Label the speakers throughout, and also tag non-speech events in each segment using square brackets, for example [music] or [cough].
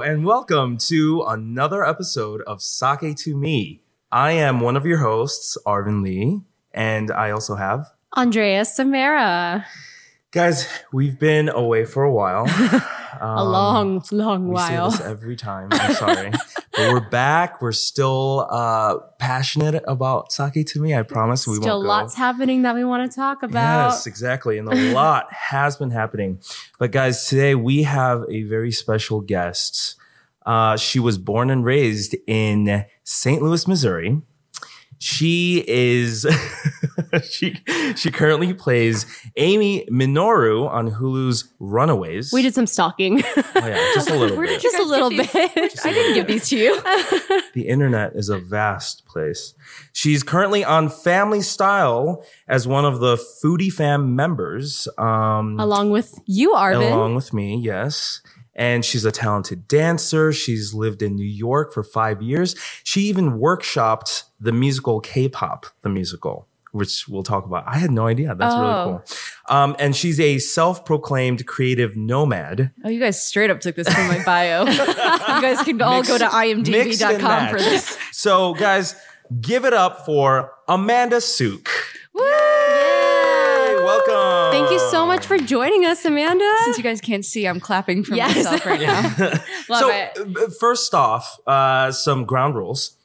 Speaker 1: and welcome to another episode of Sake to Me. I am one of your hosts, Arvin Lee, and I also have.
Speaker 2: Andrea Samara.
Speaker 1: Guys, we've been away for a [laughs] while. Um,
Speaker 2: a long, long
Speaker 1: We say
Speaker 2: while.
Speaker 1: this every time. I'm [laughs] sorry. but we're back. We're still uh, passionate about sake to me. I promise we
Speaker 2: Still
Speaker 1: won't go.
Speaker 2: lots happening that we want to talk about.
Speaker 1: Yes, exactly. And a lot has been happening. But guys, today we have a very special guest. Uh, she was born and raised in St. Louis, Missouri. She is [laughs] she she currently plays Amy Minoru on Hulu's Runaways.
Speaker 2: We did some stalking.
Speaker 1: oh, yeah, [laughs] just
Speaker 2: [laughs]
Speaker 1: a little
Speaker 2: We're
Speaker 1: bit.
Speaker 2: just a
Speaker 3: guys
Speaker 2: little
Speaker 3: get
Speaker 2: bit.
Speaker 1: a I didn't little give
Speaker 3: these to you.
Speaker 1: The internet is a vast place. She's currently on Family Style as one of the Foodie Fam members. Um,
Speaker 2: [laughs] Along with you, Arvin.
Speaker 1: along with me, yes. And she's a talented dancer. She's lived in New York for five years. She even workshopped the musical K-pop, the musical, which we'll talk about. I had no idea. That's really
Speaker 3: Oh.
Speaker 1: cool. Um, and she's a self-proclaimed creative nomad.
Speaker 3: Oh, you guys straight up took this from my bio. you guys can all go to
Speaker 1: Mixed- mixed and
Speaker 3: imdb.com for
Speaker 1: matched.
Speaker 3: this.
Speaker 1: [laughs] So, guys, give it up for Amanda Sook. Hey, welcome.
Speaker 2: Thank you so much for joining us, Amanda.
Speaker 3: Since you guys can't see, I'm clapping for
Speaker 2: Yes.
Speaker 3: myself right now. [laughs] Love
Speaker 1: so,
Speaker 3: it.
Speaker 1: uh, first off, uh, some ground rules.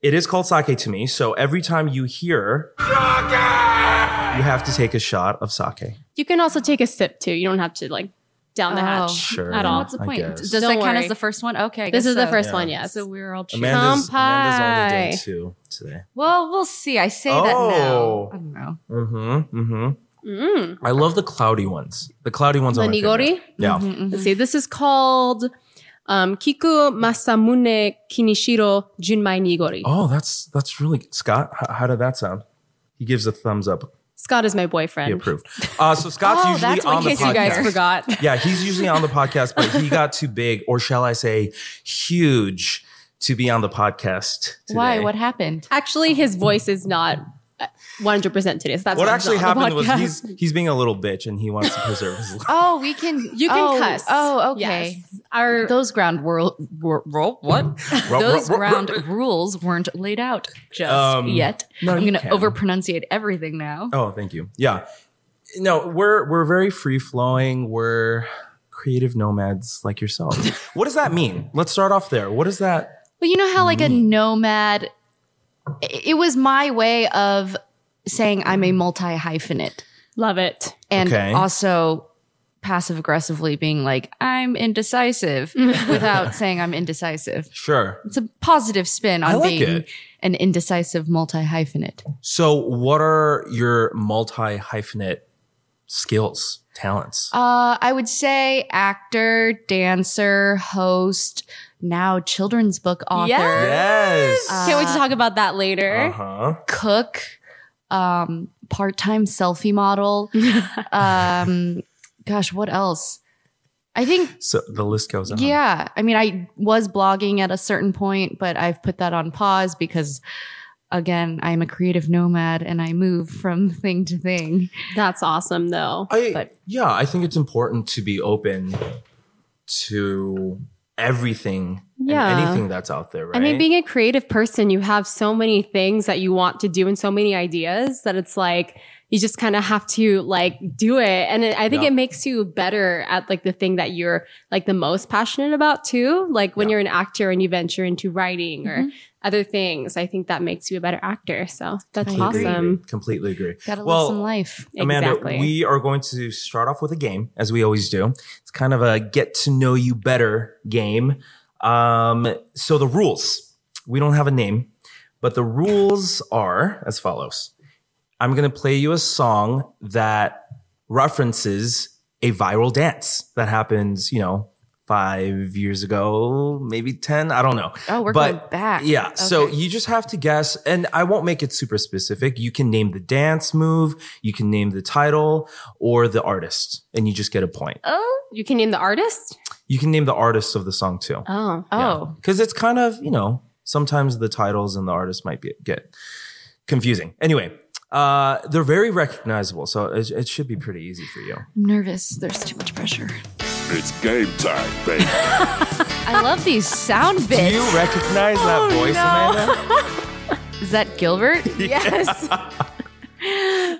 Speaker 1: It is called sake to me, so every time you hear, you have to take a shot of sake.
Speaker 2: [laughs] You can also take a sip too. You don't have to like down the
Speaker 3: Oh.
Speaker 2: hatch
Speaker 1: Sure.
Speaker 2: [laughs] at all.
Speaker 3: What's the
Speaker 1: I
Speaker 3: point?
Speaker 1: guess.
Speaker 3: Does
Speaker 2: Don't
Speaker 3: that count
Speaker 2: worry.
Speaker 3: as the first one? Okay. I
Speaker 2: This
Speaker 3: guess
Speaker 2: is the
Speaker 3: so.
Speaker 2: first
Speaker 1: Yeah.
Speaker 2: one, yes.
Speaker 3: So we're all cheers.
Speaker 1: Amanda's, Amanda's only
Speaker 2: Kampai.
Speaker 1: did two today.
Speaker 3: Well, we'll see. I say that now.
Speaker 1: Oh.
Speaker 3: I don't know.
Speaker 1: Mm-hmm. Mm-hmm.
Speaker 2: Mm.
Speaker 1: I love the cloudy ones. The cloudy ones
Speaker 2: The
Speaker 1: are my favorite.
Speaker 2: nigori.
Speaker 1: Yeah.
Speaker 2: Let's see. This is called um, Kiku Masamune Kinishiro Junmai Nigori.
Speaker 1: Oh, that's that's really Scott. How, how did that sound? He gives a thumbs up.
Speaker 2: Scott is my
Speaker 1: He
Speaker 2: boyfriend.
Speaker 1: approved. Uh, so Scott's
Speaker 3: Oh,
Speaker 1: usually
Speaker 3: that's what
Speaker 1: on the
Speaker 3: in case you guys
Speaker 1: podcast.
Speaker 2: forgot.
Speaker 1: yeah, he's usually on the podcast, but he got too big, or shall I say, huge, to be on the podcast. Today.
Speaker 3: Why? What happened?
Speaker 2: Actually, his voice is not 100 percent today. So that's
Speaker 1: What
Speaker 2: why he's
Speaker 1: actually
Speaker 2: not on the
Speaker 1: happened was
Speaker 2: podcast.
Speaker 1: he's he's being a little bitch, and he wants to preserve his life.
Speaker 3: Oh, we can.
Speaker 2: you can
Speaker 3: oh,
Speaker 2: cuss.
Speaker 3: Oh, okay.
Speaker 2: Yes. Our
Speaker 3: Those ground world, wor- ro- what?
Speaker 1: Ro- ro-
Speaker 3: Those
Speaker 1: ro-
Speaker 3: ground rules weren't laid out just
Speaker 1: Um,
Speaker 3: yet.
Speaker 1: no,
Speaker 3: I'm
Speaker 1: you
Speaker 3: going to
Speaker 1: can.
Speaker 3: over pronunciate everything now.
Speaker 1: Oh, thank you. Yeah, no, we're we're very free flowing. We're creative nomads like yourself. what does that mean? Let's start off there. What does that?
Speaker 3: Well, you know how like a
Speaker 1: Mm-hmm.
Speaker 3: nomad. i- It was my way of saying I'm a multi hyphenate,
Speaker 2: love it.
Speaker 3: and
Speaker 1: Okay.
Speaker 3: also passive aggressively being like I'm
Speaker 1: [laughs]
Speaker 3: indecisive without saying I'm indecisive.
Speaker 1: Sure.
Speaker 3: It's a positive spin
Speaker 1: I
Speaker 3: on
Speaker 1: like
Speaker 3: being
Speaker 1: it.
Speaker 3: an indecisive multi hyphenate.
Speaker 1: So, what are your multi hyphenate skills, talents?
Speaker 3: Uh, I would say actor, dancer, host, now children's book author,
Speaker 2: Yes.
Speaker 1: yes.
Speaker 2: Can't wait to talk about that later.
Speaker 1: huh.
Speaker 3: cook, um, part-time selfie model. um, gosh, what else? I think
Speaker 1: So the list goes on.
Speaker 3: yeah. I mean, I was blogging at a certain point, but I've put that on pause because again, I'm a creative nomad and I move from [laughs] thing to thing.
Speaker 2: That's awesome, though.
Speaker 1: I
Speaker 3: But-
Speaker 1: yeah, I think it's important to be open to everything and
Speaker 2: Yeah.
Speaker 1: anything that's out there, right?
Speaker 2: I mean, being a creative person, you have so many things that you want to do and so many ideas that it's like you just kind of have to like do it. And it, I think
Speaker 1: Yeah.
Speaker 2: it makes you better at like the thing that you're like the most passionate about too. Like when
Speaker 1: Yeah.
Speaker 2: you're an actor and you venture into writing or other things, I think that makes you a better actor. So that's
Speaker 1: completely
Speaker 2: awesome.
Speaker 1: Agree, completely agree.
Speaker 3: Gotta
Speaker 1: Well,
Speaker 3: live some life.
Speaker 1: Amanda,
Speaker 2: exactly.
Speaker 1: we are going to start off with a game, as we always do. It's kind of a get to know you better game. Um, so the rules, we don't have a name, but the rules are as follows. I'm going to play you a song that references a viral dance that happens, you know, five years ago, maybe 10, I don't know.
Speaker 3: Oh, we're
Speaker 1: But-
Speaker 3: going back.
Speaker 1: Yeah. So
Speaker 3: Okay.
Speaker 1: you just have to guess, and I won't make it super specific. You can name the dance move, you can name the title or the artist, and you just get a point.
Speaker 2: oh, you can name the artist.
Speaker 1: You can name the artist of the song too.
Speaker 2: [laughs] Oh,
Speaker 3: Oh.
Speaker 1: Because it's kind of, you know, sometimes the titles and the artists might be, get confusing. Anyway, uh, they're very recognizable, so it, it should be pretty easy for you.
Speaker 3: I'm nervous. There's too much pressure.
Speaker 4: It's game time, baby.
Speaker 3: [laughs] I love these sound bits.
Speaker 1: Do you recognize
Speaker 2: Oh,
Speaker 1: that voice,
Speaker 2: no. [laughs]
Speaker 1: Amanda?
Speaker 3: Is that
Speaker 1: [laughs]
Speaker 3: Gilbert?
Speaker 2: Yes.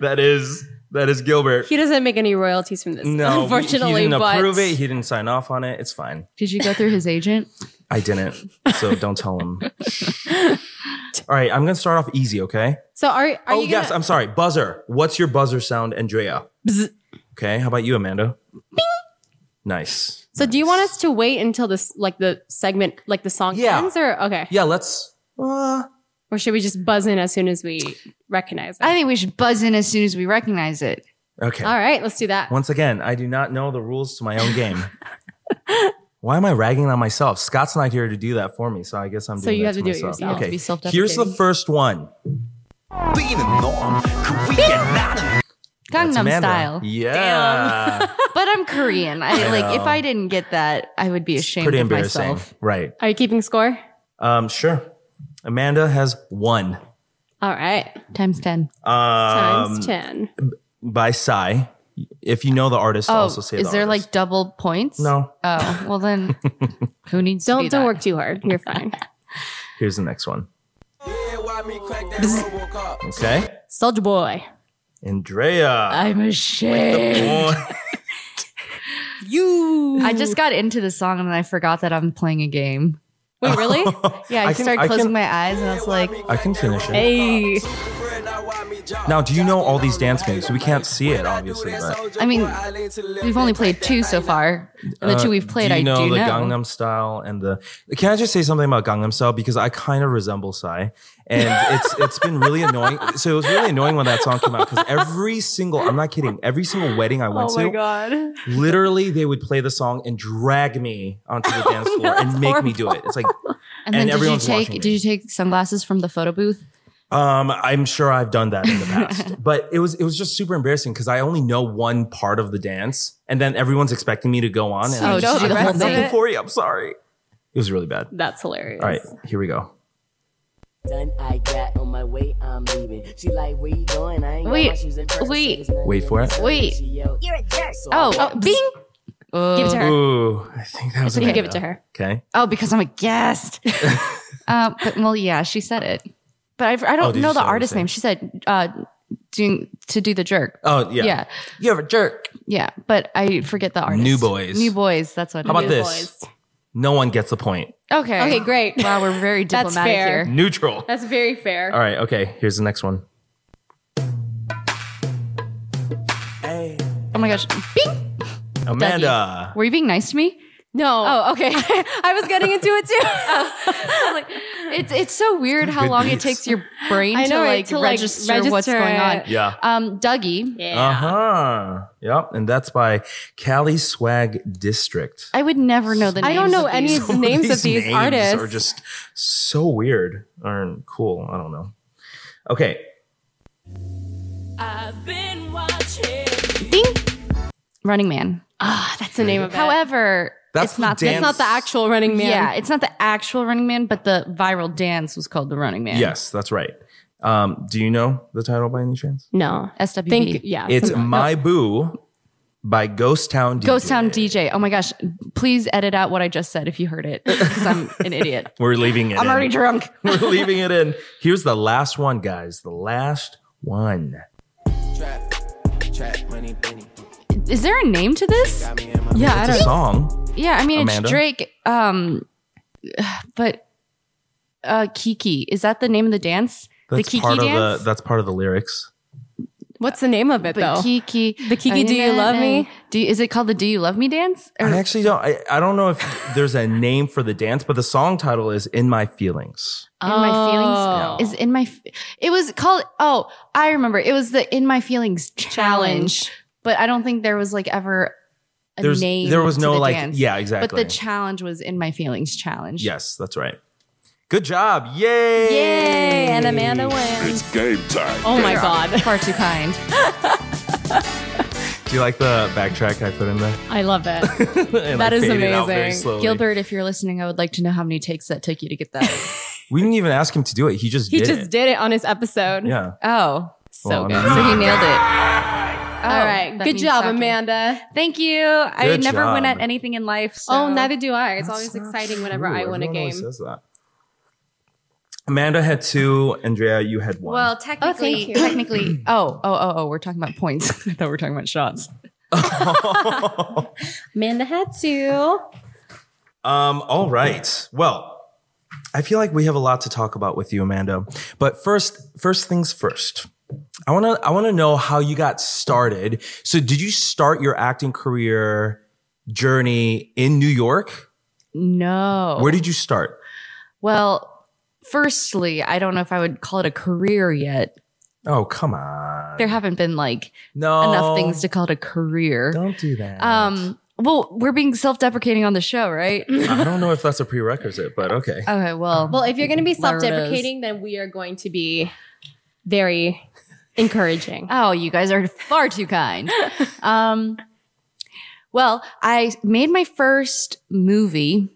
Speaker 1: That is that is Gilbert.
Speaker 2: he doesn't make any royalties from this,
Speaker 1: no,
Speaker 2: unfortunately.
Speaker 1: he didn't
Speaker 2: but
Speaker 1: approve it. He didn't sign off on it. It's fine.
Speaker 3: Did you go through his agent?
Speaker 1: I didn't, so don't tell
Speaker 2: [laughs]
Speaker 1: him. All right, I'm gonna start off easy, okay?
Speaker 2: so are, are
Speaker 1: oh
Speaker 2: you
Speaker 1: yes,
Speaker 2: gonna,
Speaker 1: I'm sorry. Buzzer. What's your buzzer sound, Andrea?
Speaker 2: Bzz.
Speaker 1: Okay. How about you, Amanda? Nice.
Speaker 2: so do you
Speaker 1: Nice.
Speaker 2: want us to wait until this like the segment like the song
Speaker 1: Yeah.
Speaker 2: ends or okay
Speaker 1: Yeah, let's. Uh,
Speaker 2: or should we just buzz in as soon as we recognize it?
Speaker 3: I think we should buzz in as soon as we recognize it.
Speaker 1: okay.
Speaker 2: All right, let's do that.
Speaker 1: Once again, I do not know the rules to my own
Speaker 2: [laughs]
Speaker 1: game. Why am I ragging on myself? Scott's not here to do that for me, so I guess I'm.
Speaker 2: So
Speaker 1: doing
Speaker 2: you
Speaker 1: that
Speaker 2: have to do it
Speaker 1: myself.
Speaker 2: yourself.
Speaker 3: You have to be
Speaker 1: Okay. Here's the
Speaker 3: self-deprecating.
Speaker 1: first one.
Speaker 5: being a norm, Korean, not a
Speaker 1: That's
Speaker 3: Gangnam
Speaker 1: Amanda.
Speaker 3: Style.
Speaker 1: Yeah. [laughs]
Speaker 3: But I'm Korean. I,
Speaker 1: I
Speaker 3: like if
Speaker 1: know.
Speaker 3: I didn't get that, I would be ashamed
Speaker 1: Pretty
Speaker 3: of
Speaker 1: embarrassing,
Speaker 3: myself.
Speaker 1: right?
Speaker 2: Are you keeping score?
Speaker 1: Um, sure. Amanda has one
Speaker 2: All right,
Speaker 3: Times ten.
Speaker 1: um,
Speaker 2: times ten.
Speaker 1: by Psy. If you know the artist,
Speaker 3: Oh,
Speaker 1: also say
Speaker 3: is
Speaker 1: the
Speaker 3: there
Speaker 1: artist.
Speaker 3: like double points?
Speaker 1: no?
Speaker 3: Oh
Speaker 1: [laughs]
Speaker 3: well, then who needs to
Speaker 2: Don't
Speaker 3: do
Speaker 2: don't
Speaker 3: that?
Speaker 2: work too hard. You're fine.
Speaker 1: Here's the next one. Okay,
Speaker 2: Soldier boy,
Speaker 3: [laughs]
Speaker 1: Andrea.
Speaker 3: I'm ashamed.
Speaker 2: you.
Speaker 3: I just got into the song and then I forgot that I'm playing a game.
Speaker 2: wait.
Speaker 1: [laughs]
Speaker 2: Really?
Speaker 3: Yeah, I,
Speaker 1: I can-
Speaker 3: started
Speaker 1: I
Speaker 3: closing
Speaker 1: can-
Speaker 3: my eyes and I was like,
Speaker 1: I can finish it.
Speaker 2: hey,
Speaker 1: Now, do you know all these dance moves? We can't see it, obviously, but
Speaker 3: I mean, we've only played two so far. And the
Speaker 1: Uh,
Speaker 3: two we've played,
Speaker 1: do you
Speaker 3: I
Speaker 1: know
Speaker 3: do
Speaker 1: the
Speaker 3: know.
Speaker 1: Gangnam Style and the. Can I just say something about Gangnam Style because I kind of resemble Psy, and
Speaker 3: [laughs]
Speaker 1: it's it's been really annoying. So it was really annoying when that song came out because every single I'm not kidding, every single wedding I went
Speaker 2: oh my
Speaker 1: to,
Speaker 2: god.
Speaker 1: literally they would play the song and drag me onto
Speaker 2: [laughs]
Speaker 1: the dance floor
Speaker 2: Oh, that's
Speaker 1: and make me do it. It's like, and
Speaker 3: and then did you
Speaker 1: everyone's
Speaker 3: take
Speaker 1: watching me.
Speaker 3: did you take sunglasses from the photo booth?
Speaker 1: um, I'm sure I've done that in the
Speaker 2: [laughs]
Speaker 1: past, but it was it was just super embarrassing because I only know one part of the dance, and then everyone's expecting me to go on. And
Speaker 3: So
Speaker 1: I'm
Speaker 3: you
Speaker 1: just
Speaker 3: don't
Speaker 1: like,
Speaker 3: do the
Speaker 1: "I
Speaker 3: whole
Speaker 1: have nothing
Speaker 3: thing.
Speaker 1: for you. I'm sorry. It was really bad.
Speaker 2: That's hilarious.
Speaker 1: All right, here we go.
Speaker 6: Done, I got on my way, I'm leaving. She like, where you going? I ain't got
Speaker 3: Wait,
Speaker 6: my shoes in purse.
Speaker 3: wait.
Speaker 6: She is not
Speaker 1: Wait for it.
Speaker 6: even-
Speaker 3: Wait.
Speaker 6: She yelled, You're a jerk. So
Speaker 3: Oh,
Speaker 6: I-
Speaker 3: oh bing.
Speaker 2: Give it to her.
Speaker 1: Ooh, I think that was.
Speaker 2: So you
Speaker 1: an
Speaker 2: give it to
Speaker 1: idea.
Speaker 2: her.
Speaker 1: Okay.
Speaker 3: Oh, because I'm a
Speaker 1: [laughs]
Speaker 3: guest. uh, but well, yeah, she said it. But I, I
Speaker 1: Oh,
Speaker 3: don't
Speaker 1: did
Speaker 3: know
Speaker 1: she
Speaker 3: the
Speaker 1: say what
Speaker 3: artist
Speaker 1: she said?
Speaker 3: name. She said uh, doing to do the jerk.
Speaker 1: Oh yeah.
Speaker 3: yeah,
Speaker 1: You have a jerk.
Speaker 3: yeah, But I forget the artist.
Speaker 1: New Boys.
Speaker 3: New boys. That's what.
Speaker 1: How about
Speaker 3: it
Speaker 1: this?
Speaker 2: Boys.
Speaker 1: No one gets the point.
Speaker 3: is. Okay.
Speaker 2: Okay, great.
Speaker 3: [laughs] Wow, we're very
Speaker 2: That's
Speaker 3: diplomatic
Speaker 2: fair.
Speaker 3: here.
Speaker 1: Neutral.
Speaker 2: That's very fair.
Speaker 1: All right. Okay. Here's the next one.
Speaker 3: Oh my gosh. Bing.
Speaker 1: Amanda.
Speaker 3: Were you being nice to me?
Speaker 2: No.
Speaker 3: Oh, okay.
Speaker 2: [laughs] I was getting into it too. [laughs]
Speaker 3: it's it's so weird how
Speaker 1: Good
Speaker 3: long it
Speaker 1: beats.
Speaker 3: takes your [laughs] brain
Speaker 2: I
Speaker 3: to
Speaker 2: know, right,
Speaker 3: like,
Speaker 2: to, like,
Speaker 3: register,
Speaker 2: register
Speaker 3: what's going on.
Speaker 2: it.
Speaker 1: Yeah.
Speaker 3: Um, Dougie.
Speaker 2: yeah.
Speaker 1: Uh huh. Yep. And that's by Cali Swag District.
Speaker 3: I would never know the.
Speaker 2: I don't
Speaker 3: names
Speaker 2: know
Speaker 3: of
Speaker 2: any
Speaker 1: [laughs]
Speaker 3: these.
Speaker 2: of the names of these
Speaker 1: names
Speaker 2: artists.
Speaker 1: are just so weird and cool. I don't know. Okay.
Speaker 3: Running Man.
Speaker 2: Ah, that's the name of it.
Speaker 3: However,
Speaker 1: That's
Speaker 3: it's
Speaker 1: the
Speaker 3: not.
Speaker 1: dance.
Speaker 2: it's not the actual Running Man.
Speaker 3: Yeah, it's not the actual Running Man, but the viral dance was called the Running Man.
Speaker 1: Yes, that's right. Um, do you know the title by any chance?
Speaker 2: No. I
Speaker 3: SWB.
Speaker 2: think yeah.
Speaker 1: It's
Speaker 2: something-
Speaker 1: My Boo by Ghost Town. DJ.
Speaker 3: Ghost Town DJ. Oh my gosh! Please edit out what I just said if you heard it, because I'm an idiot.
Speaker 1: [laughs] We're leaving it.
Speaker 3: I'm
Speaker 1: in.
Speaker 3: already drunk.
Speaker 1: [laughs] We're leaving it in. Here's the last one, guys. The last one.
Speaker 3: oh.
Speaker 7: Trap, trap, money, penny.
Speaker 3: Is there a name to this?
Speaker 7: Got me in my
Speaker 2: yeah, I
Speaker 1: It's a
Speaker 2: don't
Speaker 1: song.
Speaker 3: Yeah, I mean
Speaker 1: Amanda?
Speaker 3: it's Drake. Um, but uh, Kiki is that the name of the dance?
Speaker 1: That's
Speaker 3: the Kiki
Speaker 1: part
Speaker 3: dance.
Speaker 1: of the. That's part of the lyrics.
Speaker 2: What's the name of it
Speaker 3: but
Speaker 2: though?
Speaker 3: Kiki,
Speaker 2: The Kiki Do You Love Me?
Speaker 3: Do you, is it called the Do You Love Me dance? Or-
Speaker 1: I actually don't. I, I don't know if there's a name for the dance, but the song title is "In My Feelings."
Speaker 3: in my
Speaker 2: Oh.
Speaker 3: feelings is in my f- it was called oh i remember it was the in my feelings challenge, but i don't think there was like ever a
Speaker 1: There's
Speaker 3: name
Speaker 1: there was
Speaker 3: to
Speaker 1: no
Speaker 3: the
Speaker 1: like
Speaker 3: dance.
Speaker 1: yeah exactly.
Speaker 3: but the challenge was in my feelings challenge
Speaker 1: yes, that's right. Good job! Yay!
Speaker 2: Yay! And Amanda wins.
Speaker 4: It's game time.
Speaker 2: Oh my god.
Speaker 3: far
Speaker 1: [laughs]
Speaker 3: too kind
Speaker 1: Do you like the backtrack I put in there? [laughs]
Speaker 2: I love it.
Speaker 1: And
Speaker 2: That
Speaker 1: I
Speaker 2: is
Speaker 1: fade it out very
Speaker 2: amazing.
Speaker 1: slowly.
Speaker 3: gilbert if you're listening i would like to know how many takes that took you to get that
Speaker 1: [laughs] We didn't even ask him to do it. He just
Speaker 2: He
Speaker 1: did
Speaker 2: just
Speaker 1: it.
Speaker 2: did it on his episode.
Speaker 1: Yeah.
Speaker 3: oh
Speaker 2: So
Speaker 1: Well, I
Speaker 2: good.
Speaker 1: mean-
Speaker 3: so he nailed it Oh,
Speaker 2: All right.
Speaker 3: that
Speaker 2: Good
Speaker 3: means
Speaker 2: job,
Speaker 3: sake.
Speaker 2: Amanda.
Speaker 3: Thank you. I
Speaker 1: Good
Speaker 3: never win
Speaker 1: job.
Speaker 3: at anything in life. So.
Speaker 2: Oh, neither do I. It's
Speaker 1: That's
Speaker 2: always
Speaker 1: not
Speaker 2: exciting whenever
Speaker 1: true.
Speaker 2: I win a
Speaker 1: Everyone always
Speaker 2: game.
Speaker 1: says that. Amanda had two. Andrea, you had one.
Speaker 3: Well, technically,
Speaker 2: Oh, you.
Speaker 3: technically. Oh, oh, oh, oh. We're talking about points. [laughs] I thought we were talking about shots.
Speaker 2: Amanda had two.
Speaker 1: Um, all right. Well, I feel like we have a lot to talk about with you, Amanda. But first, first things first. I wanna I wanna know how you got started. So did you start your acting career journey in New York?
Speaker 3: No.
Speaker 1: Where did you start?
Speaker 3: well, firstly, I don't know if I would call it a career yet.
Speaker 1: Oh, come on.
Speaker 3: There haven't been like
Speaker 1: No
Speaker 3: enough things to call it a career.
Speaker 1: Oh. don't do that.
Speaker 3: Um. Well, we're being self-deprecating on the show, right?
Speaker 1: I don't know if that's a prerequisite, but okay.
Speaker 3: okay. Well.
Speaker 2: Well, if you're going to be
Speaker 3: Whatever it is.
Speaker 2: self-deprecating, then we are going to be very encouraging.
Speaker 3: Oh, you guys are far too kind. um, well, I made my first movie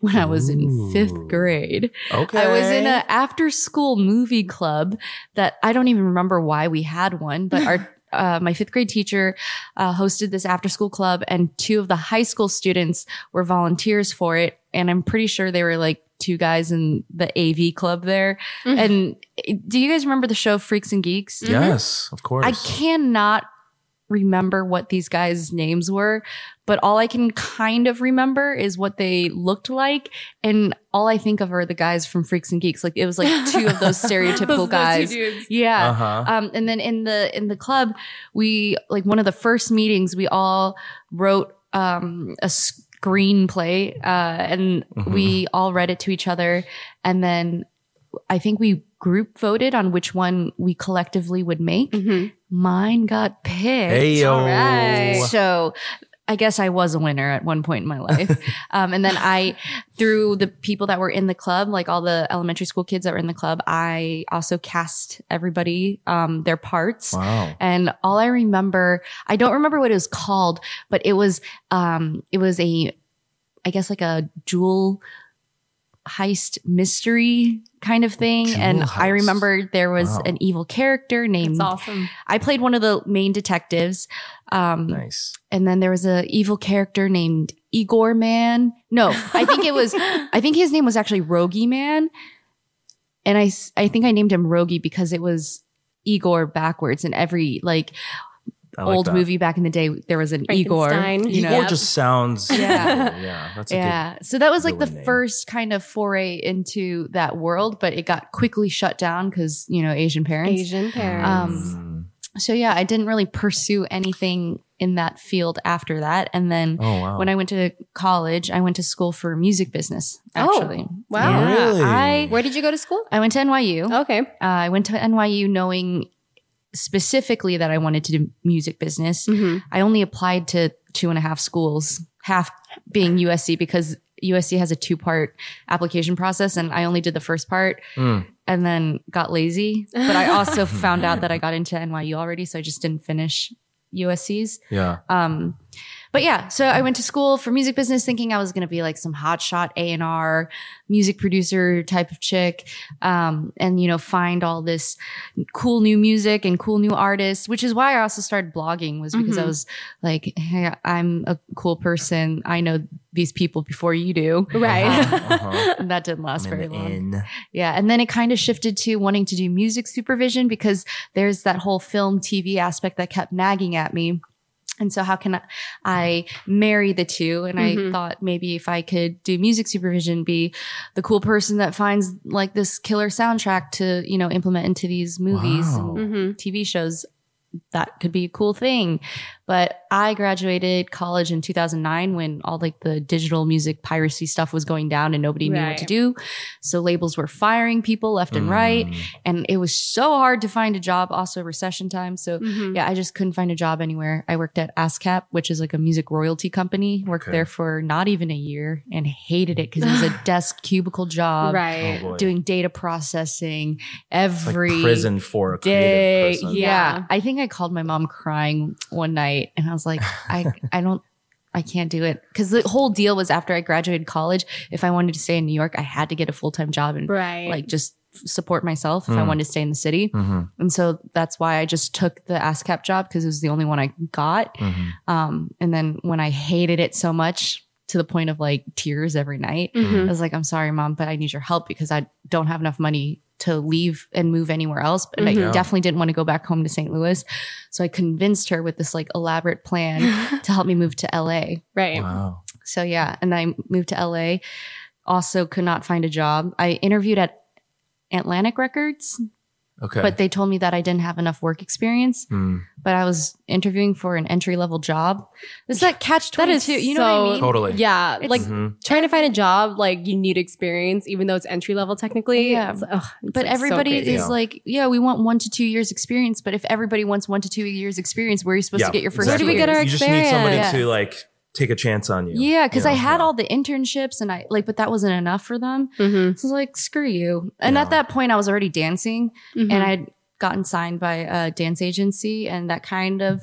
Speaker 3: when I was in
Speaker 1: Ooh.
Speaker 3: fifth grade.
Speaker 1: Okay.
Speaker 3: I was in an after school movie club that I don't even remember why we had one, but our uh, my fifth grade teacher uh, hosted this after school club, and two of the high school students were volunteers for it. And I'm pretty sure they were like two guys in the AV club there.
Speaker 2: Mhm.
Speaker 3: And uh, do you guys remember the show Freaks and Geeks?
Speaker 1: Yes, of course.
Speaker 3: Mm-hmm. I cannot remember what these guys' names were, but all I can kind of remember is what they looked like. And all I think of are the guys from Freaks and Geeks. Like it was like two of those
Speaker 2: Those-
Speaker 3: stereotypical
Speaker 2: those two
Speaker 3: guys.
Speaker 2: dudes.
Speaker 3: Yeah.
Speaker 1: Uh-huh.
Speaker 3: Um, and then in the in the club, we like one of the first meetings, we all wrote um, a screenplay, uh, and
Speaker 1: Mhm.
Speaker 3: we all read it to each other, and then I think we group voted on which one we collectively would make.
Speaker 2: Mhm.
Speaker 3: Mine got picked.
Speaker 1: Hey yo.
Speaker 2: All right.
Speaker 3: So I guess I was a winner at one point in my life. um, and then I, through the people that were in the club, like all the elementary school kids that were in the club, I also cast everybody, um, their parts.
Speaker 1: Wow.
Speaker 3: And all I remember, I don't remember what it was called, but it was, um, it was a, I guess like a jewel heist mystery kind of thing.
Speaker 1: Jewel
Speaker 3: and I
Speaker 1: heist.
Speaker 3: remember there was
Speaker 1: Wow.
Speaker 3: an evil character named
Speaker 2: It's awesome.
Speaker 3: I played one of the main detectives. Um,
Speaker 1: Nice.
Speaker 3: And then there was a evil character named Igor Man. No, I think it was, I think his name was actually Rogie Man. And I, s- I think I named him Rogie because it was Igor backwards. And every like,
Speaker 1: I like
Speaker 3: old
Speaker 1: that.
Speaker 3: movie back in the day, there was an Igor.
Speaker 2: Frankenstein.
Speaker 3: You know?
Speaker 1: Igor
Speaker 2: Yep.
Speaker 1: just sounds.
Speaker 3: Yeah.
Speaker 1: cool. yeah, that's a
Speaker 3: Yeah. So that was like the
Speaker 1: villain name.
Speaker 3: first kind of foray into that world, but it got quickly shut down because, you know, Asian parents.
Speaker 2: Asian
Speaker 1: good.
Speaker 2: parents.
Speaker 3: Um, So yeah, I didn't really pursue anything in that field after that. And then
Speaker 1: Mm. oh wow.
Speaker 3: when I went to college, I went to school for music business. Actually,
Speaker 2: Oh, wow. Oh.
Speaker 3: Yeah,
Speaker 1: Really?
Speaker 3: I
Speaker 2: Where did you go to school?
Speaker 3: I went to NYU.
Speaker 2: Okay.
Speaker 3: Uh, I went to NYU knowing specifically that I wanted to do music business.
Speaker 2: Mm-hmm.
Speaker 3: I only applied to two and a half schools, half being USC because USC has a two part application process, and I only did the first part
Speaker 1: Mm.
Speaker 3: and then got lazy. But I also found out that I got into NYU already, so I just didn't finish USC's.
Speaker 1: yeah.
Speaker 3: Um, but yeah, so I went to school for music business thinking I was going to be like some hotshot A and R music producer type of chick, um, and you know find all this cool new music and cool new artists. Which is why I also started blogging was because I
Speaker 2: Mhm.
Speaker 3: was like, hey, I'm a cool person. I know these people before you do.
Speaker 2: Mm-hmm. Right.
Speaker 3: Um, [laughs]
Speaker 1: Uh-huh.
Speaker 3: And that didn't last
Speaker 1: I'm
Speaker 3: very
Speaker 1: in the
Speaker 3: long.
Speaker 1: inn.
Speaker 3: Yeah. And then it kind of shifted to wanting to do music supervision because there's that whole film TV aspect that kept nagging at me. And so, how can I, I marry the two? And I
Speaker 2: Mhm.
Speaker 3: thought maybe if I could do music supervision, be the cool person that finds like this killer soundtrack to, you know, implement into these movies
Speaker 1: Wow.
Speaker 3: and
Speaker 2: [laughs] Mm-hmm.
Speaker 3: TV shows, that could be a cool thing. But I graduated college in 2009 when all like the digital music piracy stuff was going down and nobody knew what to
Speaker 2: Right.
Speaker 3: do. So labels were firing people left and right.
Speaker 1: Mm.
Speaker 3: And it was so hard to find a job, also recession time. So
Speaker 2: Mm-hmm.
Speaker 3: yeah, I just couldn't find a job anywhere. I worked at ASCAP, which is like a music royalty company. Worked
Speaker 1: Okay.
Speaker 3: there for not even a year and hated it because it was
Speaker 2: [laughs]
Speaker 3: a desk cubicle job,
Speaker 1: Oh,
Speaker 2: Right.
Speaker 1: boy.
Speaker 3: doing data processing
Speaker 1: It's like
Speaker 3: every
Speaker 1: prison for a creative
Speaker 3: day.
Speaker 1: person.
Speaker 3: Yeah.
Speaker 2: Yeah.
Speaker 3: I think I called my mom crying one night and I was like, I, I don't, I can't do it. Cause the whole deal was after I graduated college, if I wanted to stay in New York, I had to get a full time job and
Speaker 2: Right.
Speaker 3: like just support myself if I wanted to stay in the city.
Speaker 1: Mhm.
Speaker 3: And so that's why I just took the ASCAP job because it was the only one I got.
Speaker 1: Mhm.
Speaker 3: Um, and then when I hated it so much to the point of like tears every night, I
Speaker 2: Mhm.
Speaker 3: was like, I'm sorry, mom, but I need your help because I don't have enough money to leave and move anywhere else. But
Speaker 2: Mhm.
Speaker 1: Yeah.
Speaker 3: I definitely didn't want to go back home to St. Louis. So I convinced her with this like elaborate
Speaker 2: [gasps]
Speaker 3: plan to help me move to LA.
Speaker 2: [laughs] right.
Speaker 1: Wow.
Speaker 3: So yeah, and I moved to LA. Also, could not find a job. I interviewed at Atlantic Records,
Speaker 1: Okay.
Speaker 3: but they told me that I didn't have enough work experience.
Speaker 1: Mm,
Speaker 3: But I was interviewing for an entry level job. Is that catch
Speaker 2: That
Speaker 3: twenty
Speaker 2: is
Speaker 3: two? You know what I
Speaker 2: so-
Speaker 3: mean?
Speaker 1: totally.
Speaker 2: Yeah,
Speaker 3: It's-
Speaker 2: like
Speaker 1: Mhm.
Speaker 2: trying to find a job, like you need experience, even though it's entry level technically.
Speaker 3: Yeah.
Speaker 2: It's- ugh, it's,
Speaker 3: But
Speaker 2: like, so
Speaker 3: everybody
Speaker 2: crazy.
Speaker 3: is
Speaker 1: Yeah.
Speaker 3: like, yeah, we want one to two years experience. But if everybody wants one to two years experience, where are you supposed
Speaker 1: Yeah,
Speaker 3: to get your first?
Speaker 2: Where do we
Speaker 1: exactly.
Speaker 2: get
Speaker 3: years?
Speaker 2: our
Speaker 1: You just need somebody
Speaker 2: experience?
Speaker 1: to like take a chance on you.
Speaker 3: Yeah, because
Speaker 1: Yeah,
Speaker 3: I had
Speaker 1: yeah.
Speaker 3: all the internships and I like, but that wasn't enough for them.
Speaker 2: Mhm,
Speaker 3: So I was like, screw you. And
Speaker 1: Yeah.
Speaker 3: at that point, I was already dancing.
Speaker 2: mhm.
Speaker 3: and I'd gotten signed by a dance agency, and that kind of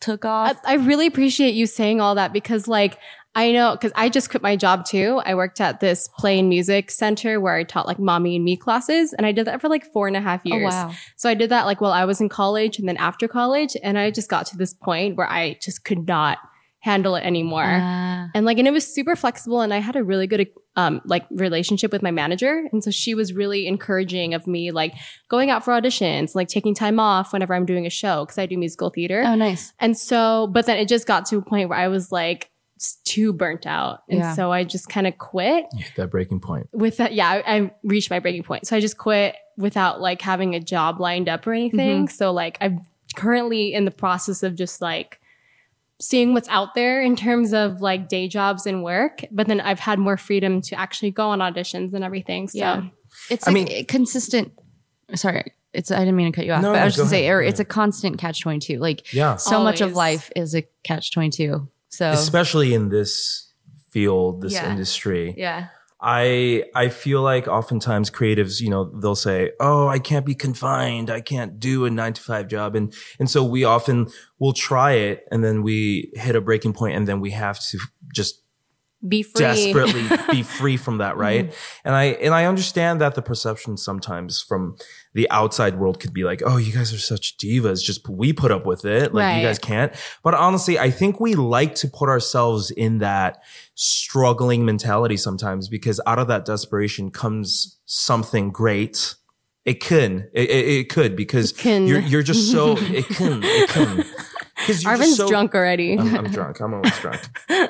Speaker 3: took off.
Speaker 2: I, I really appreciate you saying all that because, like, I know because I just quit my job too. I worked at this play and music center where I taught like mommy and me classes, and I did that for like four and a half
Speaker 3: Oh,
Speaker 2: years. So I did that like while I was in college and then after college, and I just got to this point where I just could not handle it anymore.
Speaker 3: Uh,
Speaker 2: and like and it was super flexible and i had a really good um like relationship with my manager and so she was really encouraging of me like going out for auditions like taking time off whenever i'm doing a show because i do musical theater
Speaker 3: oh, nice.
Speaker 2: and so but then it just got to a point where i was like s- too burnt out and
Speaker 3: Yeah.
Speaker 2: so i just kind of quit
Speaker 1: You hit that breaking point.
Speaker 2: with that yeah I, I reached my breaking point so i just quit without like having a job lined up or anything so like i'm currently in the process of just like seeing what's out there in terms of like day jobs and work but then i've had more freedom to actually go on auditions and everything so
Speaker 3: Yeah. It's
Speaker 1: I
Speaker 3: like
Speaker 1: mean-
Speaker 3: a consistent. Sorry, it's I didn't mean to cut you off,
Speaker 1: No,
Speaker 3: but
Speaker 1: no,
Speaker 3: I was
Speaker 1: go
Speaker 3: just gonna say,
Speaker 1: ahead,
Speaker 3: or
Speaker 1: go
Speaker 3: it's a
Speaker 1: ahead.
Speaker 3: constant catch twenty two. Like
Speaker 1: Yeah.
Speaker 3: so much of
Speaker 2: Always.
Speaker 3: life is a catch twenty two. So
Speaker 1: Especially in this field, this
Speaker 3: Yeah.
Speaker 1: industry.
Speaker 3: yeah,
Speaker 1: I I feel like oftentimes creatives, you know, they'll say, "Oh, I can't be confined. I can't do a 9 to 5 job." And and so we often will try it and then we hit a breaking point and then we have to just
Speaker 2: be free Mm-hmm.
Speaker 1: desperately
Speaker 2: [laughs]
Speaker 1: be free from that, right? And I and I understand that the perception sometimes from the outside world could be like, "Oh, you guys are such divas. Just we put up with it. Like
Speaker 2: Right.
Speaker 1: you guys can't." But honestly, I think we like to put ourselves in that struggling mentality sometimes because out of that desperation comes something great. It can. It, it, it could because
Speaker 2: can.
Speaker 1: you're you're just
Speaker 2: [laughs]
Speaker 1: so it can it can. Because you're just
Speaker 2: arvin's
Speaker 1: so,
Speaker 2: drunk already
Speaker 1: I'm,
Speaker 3: [laughs]
Speaker 1: I'm drunk. I'm always drunk.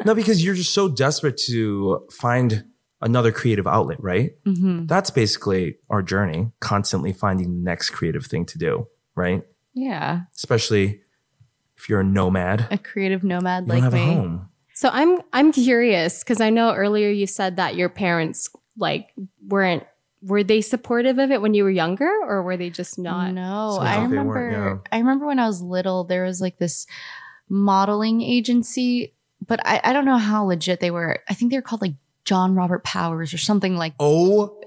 Speaker 1: No, because you're just so desperate to find another creative outlet, right?
Speaker 3: hmm
Speaker 1: That's basically our journey, constantly finding the next creative thing to do, right?
Speaker 3: yeah.
Speaker 1: Especially if you're a nomad,
Speaker 3: A creative nomad
Speaker 1: you
Speaker 3: like
Speaker 1: don't have
Speaker 3: me.
Speaker 1: a home.
Speaker 2: so i'm i'm curious because i know earlier you said that your parents like weren't were they supportive of it when you were younger or were they just not
Speaker 3: No,
Speaker 1: Sounds
Speaker 3: I
Speaker 1: like they weren't,
Speaker 3: remember. I remember when I was little, there was like this modeling agency, but I, I don't know how legit they were. I think they were called like John Robert Powers or something like.
Speaker 1: Oh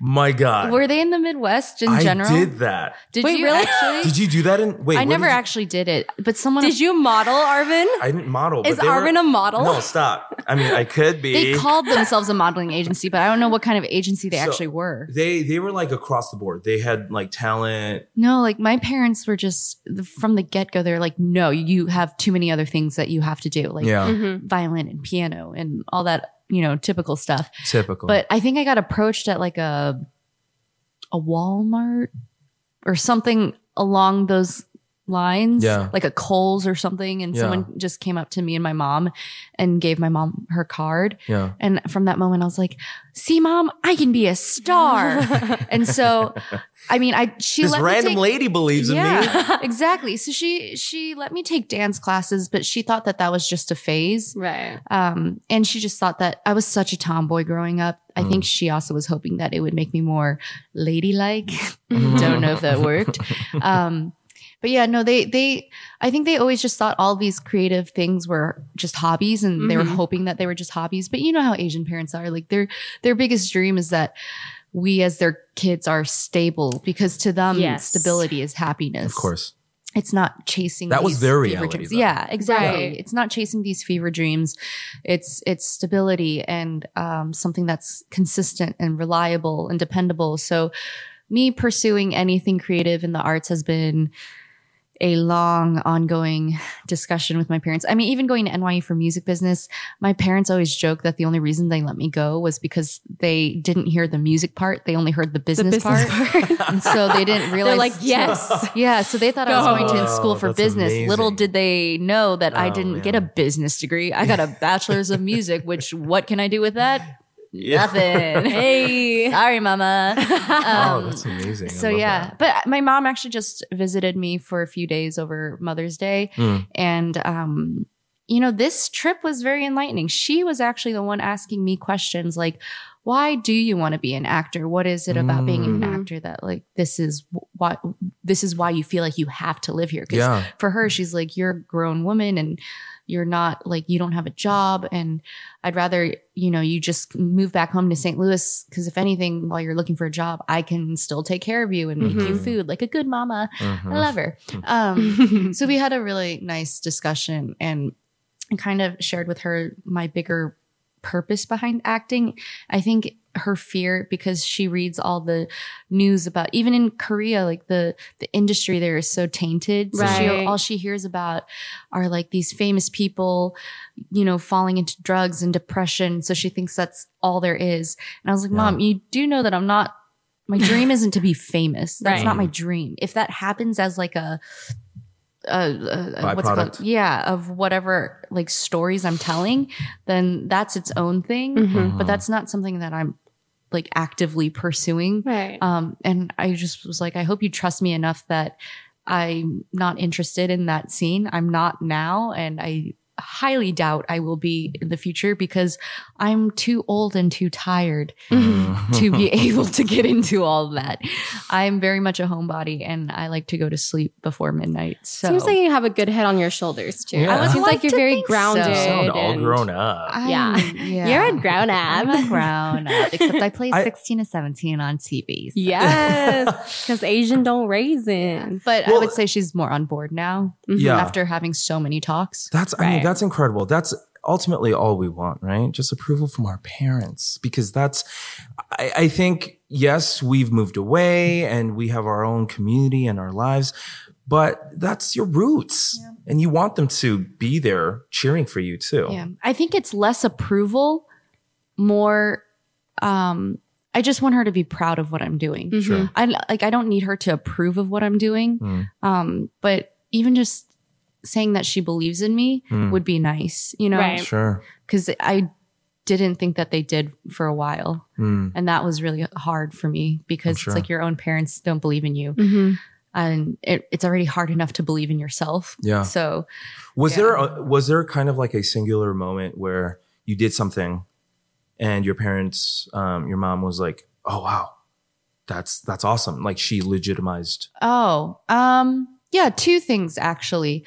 Speaker 1: my god!
Speaker 3: were they in the Midwest in
Speaker 1: I
Speaker 3: general?
Speaker 1: did that.
Speaker 3: Did
Speaker 2: Wait,
Speaker 3: you
Speaker 2: really?
Speaker 3: actually?
Speaker 1: Did you do that in? Wait,
Speaker 3: I
Speaker 1: what
Speaker 3: never
Speaker 1: did you-
Speaker 3: actually did it, but someone
Speaker 2: Did you model, Arvin?
Speaker 1: I didn't model.
Speaker 2: Is
Speaker 1: but they were-
Speaker 2: Arvin a model?
Speaker 1: No, stop. I mean, I could be.
Speaker 3: [laughs] they called themselves a modeling agency, but I don't know what kind of agency they
Speaker 1: So-
Speaker 3: actually were.
Speaker 1: they they were like across the board. They had like talent.
Speaker 3: No, like my parents were just from the get go. They're like, no, you have too many other things that you have to do, like mm.
Speaker 1: Yeah,
Speaker 2: Mhm.
Speaker 3: violin and piano and all that, you know, typical stuff.
Speaker 1: typical.
Speaker 3: But I think I got approached at like a a Walmart or something along those lines.
Speaker 1: Yeah.
Speaker 3: Like a Kohl's or something. And
Speaker 1: Yeah.
Speaker 3: someone just came up to me and my mom and gave my mom her card.
Speaker 1: yeah,
Speaker 3: And from that moment I was like, see mom, I can be
Speaker 1: [laughs]
Speaker 3: a star. and so I mean I she
Speaker 1: this
Speaker 3: let me
Speaker 1: random
Speaker 3: take-
Speaker 1: lady believes in me.
Speaker 3: yeah, exactly. So she she let me take dance classes, but she thought that that was just a phase.
Speaker 2: [laughs] Right.
Speaker 3: Um, and she just thought that I was such a tomboy growing up. I
Speaker 1: Mm.
Speaker 3: think she also was hoping that it would make me more ladylike. [laughs]
Speaker 1: Mhm.
Speaker 3: Don't know if that
Speaker 1: [laughs]
Speaker 3: worked. Um, but yeah, no, they they I think they always just thought all these creative things were just hobbies and they were
Speaker 1: Mm-hmm.
Speaker 2: Mhm.
Speaker 3: hoping that they were just hobbies. But you know how Asian parents are. Like their their biggest dream is that we as their kids are stable because to them
Speaker 2: Yes.
Speaker 3: stability is happiness.
Speaker 1: Of course.
Speaker 3: it's not chasing
Speaker 1: That was
Speaker 3: these
Speaker 1: their
Speaker 3: fever
Speaker 1: reality,
Speaker 3: dreams.
Speaker 1: though.
Speaker 3: yeah exactly
Speaker 2: Right.
Speaker 3: it's not chasing these fever dreams it's it's stability and um, something that's consistent and reliable and dependable so me pursuing anything creative in the arts has been a long ongoing discussion with my parents. I mean, even going to NYU for music business, my parents always joke that the only reason they let me go was because they didn't hear the music part. They only heard the business,
Speaker 2: business
Speaker 3: part. and so
Speaker 1: [laughs]
Speaker 3: they didn't realize.
Speaker 2: They're like, yes.
Speaker 3: [laughs] Yeah, so they thought I was
Speaker 2: Go.
Speaker 3: going to school
Speaker 1: Oh,
Speaker 3: for
Speaker 1: that's
Speaker 3: business. Little
Speaker 1: amazing.
Speaker 3: did they know that I
Speaker 1: Oh,
Speaker 3: didn't
Speaker 1: man.
Speaker 3: get a business degree. I got a bachelor's of music, which what can I do
Speaker 1: [laughs]
Speaker 3: with that? Nothing.
Speaker 2: hey.
Speaker 3: Sorry, mama.
Speaker 1: oh,
Speaker 3: Um,
Speaker 1: that's amazing. I
Speaker 3: so
Speaker 1: love
Speaker 3: yeah,
Speaker 1: that.
Speaker 3: but uh, my mom actually just visited me for a few days over Mother's Day,
Speaker 1: Mm.
Speaker 3: and um, you know this trip was very enlightening. She was actually the one asking me questions like, "Why do you want to be an actor? What is it about being an
Speaker 1: Hmm.
Speaker 2: Mm.
Speaker 3: actor that like this is wh- why this is why you feel like you have to live here?" 'Cause
Speaker 1: Yeah.
Speaker 3: for her, she's like, you're a grown woman and you're not like, you don't have a job. And I'd rather, you know, you just move back home to St. Louis. Cause if anything, while you're looking for a job, I can still take care of you and make you
Speaker 1: Mhm.
Speaker 3: food like a good mama. I
Speaker 1: Mhm.
Speaker 3: love her. [laughs] Um,
Speaker 2: [laughs] Mm-hmm.
Speaker 3: so we had a really nice discussion and I kind of shared with her my bigger purpose behind acting. I think her fear because she reads all the news about even in Korea like the the industry there is so tainted. So she
Speaker 2: Right.
Speaker 3: all she hears about are like these famous people, you know, falling into drugs and depression. So she thinks that's all there is. And I was like,
Speaker 1: Yeah.
Speaker 3: "Mom, you do know that I'm not my dream isn't to be famous. That's
Speaker 2: Right.
Speaker 3: not my dream. If that happens as like a a, a, a what's it called?
Speaker 1: Byproduct.
Speaker 3: Yeah, of whatever like stories I'm telling, then that's its own thing.
Speaker 1: Mm-hmm.
Speaker 2: Mhm.
Speaker 3: But that's [laughs] not something that I'm like actively pursuing.
Speaker 2: Right.
Speaker 3: Um, and I just was like, I hope you trust me enough that I'm not interested in that scene. I'm not now, and I highly doubt I will be in the future because I'm too old and too tired
Speaker 1: [laughs]
Speaker 3: to be able to get into all of that. I'm very much a homebody and I like to go to sleep before midnight. So
Speaker 2: Seems like you have a good head on your shoulders too.
Speaker 1: Yeah. I would
Speaker 2: Seems
Speaker 3: like
Speaker 2: like you're
Speaker 3: to
Speaker 2: very
Speaker 3: think so.
Speaker 2: grounded.
Speaker 1: You sound all
Speaker 2: and-
Speaker 1: grown up.
Speaker 3: I'm- [laughs]
Speaker 2: Yeah.
Speaker 3: yeah.
Speaker 2: You're a grown
Speaker 3: I'm
Speaker 2: up.
Speaker 3: [laughs] a grown up, except I play
Speaker 1: I-
Speaker 3: 16 to 17 on TV. so-
Speaker 1: [laughs]
Speaker 2: Yes, because Asian don't raisin.
Speaker 3: But I
Speaker 1: Well-
Speaker 3: would say she's more on board now
Speaker 1: Yeah.
Speaker 3: after having so many talks.
Speaker 1: That's I mean
Speaker 2: Right.
Speaker 1: that's incredible. That's ultimately all we want, right? Just approval from our parents because that's I, I think yes, we've moved away and we have our own community and our lives, but that's your roots, and you want them to be there cheering for you too.
Speaker 3: Yeah. I think it's less approval, more um I just want her to be proud of what I'm doing.
Speaker 2: Mm-hmm.
Speaker 1: Sure.
Speaker 3: I like I don't need her to approve of what I'm doing.
Speaker 1: Mm.
Speaker 3: Um, but even just saying that she believes in me
Speaker 1: Mm.
Speaker 3: would be nice, you know,
Speaker 2: Right.
Speaker 1: Sure.
Speaker 3: because I didn't think that they did for a while.
Speaker 1: Mm.
Speaker 3: And that was really hard for me because
Speaker 1: sure.
Speaker 3: it's like your own parents don't believe in you.
Speaker 2: Mm-hmm.
Speaker 3: And it, it's already hard enough to believe in yourself.
Speaker 1: Yeah.
Speaker 3: So
Speaker 1: Was
Speaker 3: Yeah.
Speaker 1: there a, was there kind of like a singular moment where you did something, and your parents, um, your mom was like, "Oh wow, that's that's awesome!" Like she legitimized.
Speaker 3: Oh, um, yeah, two things actually.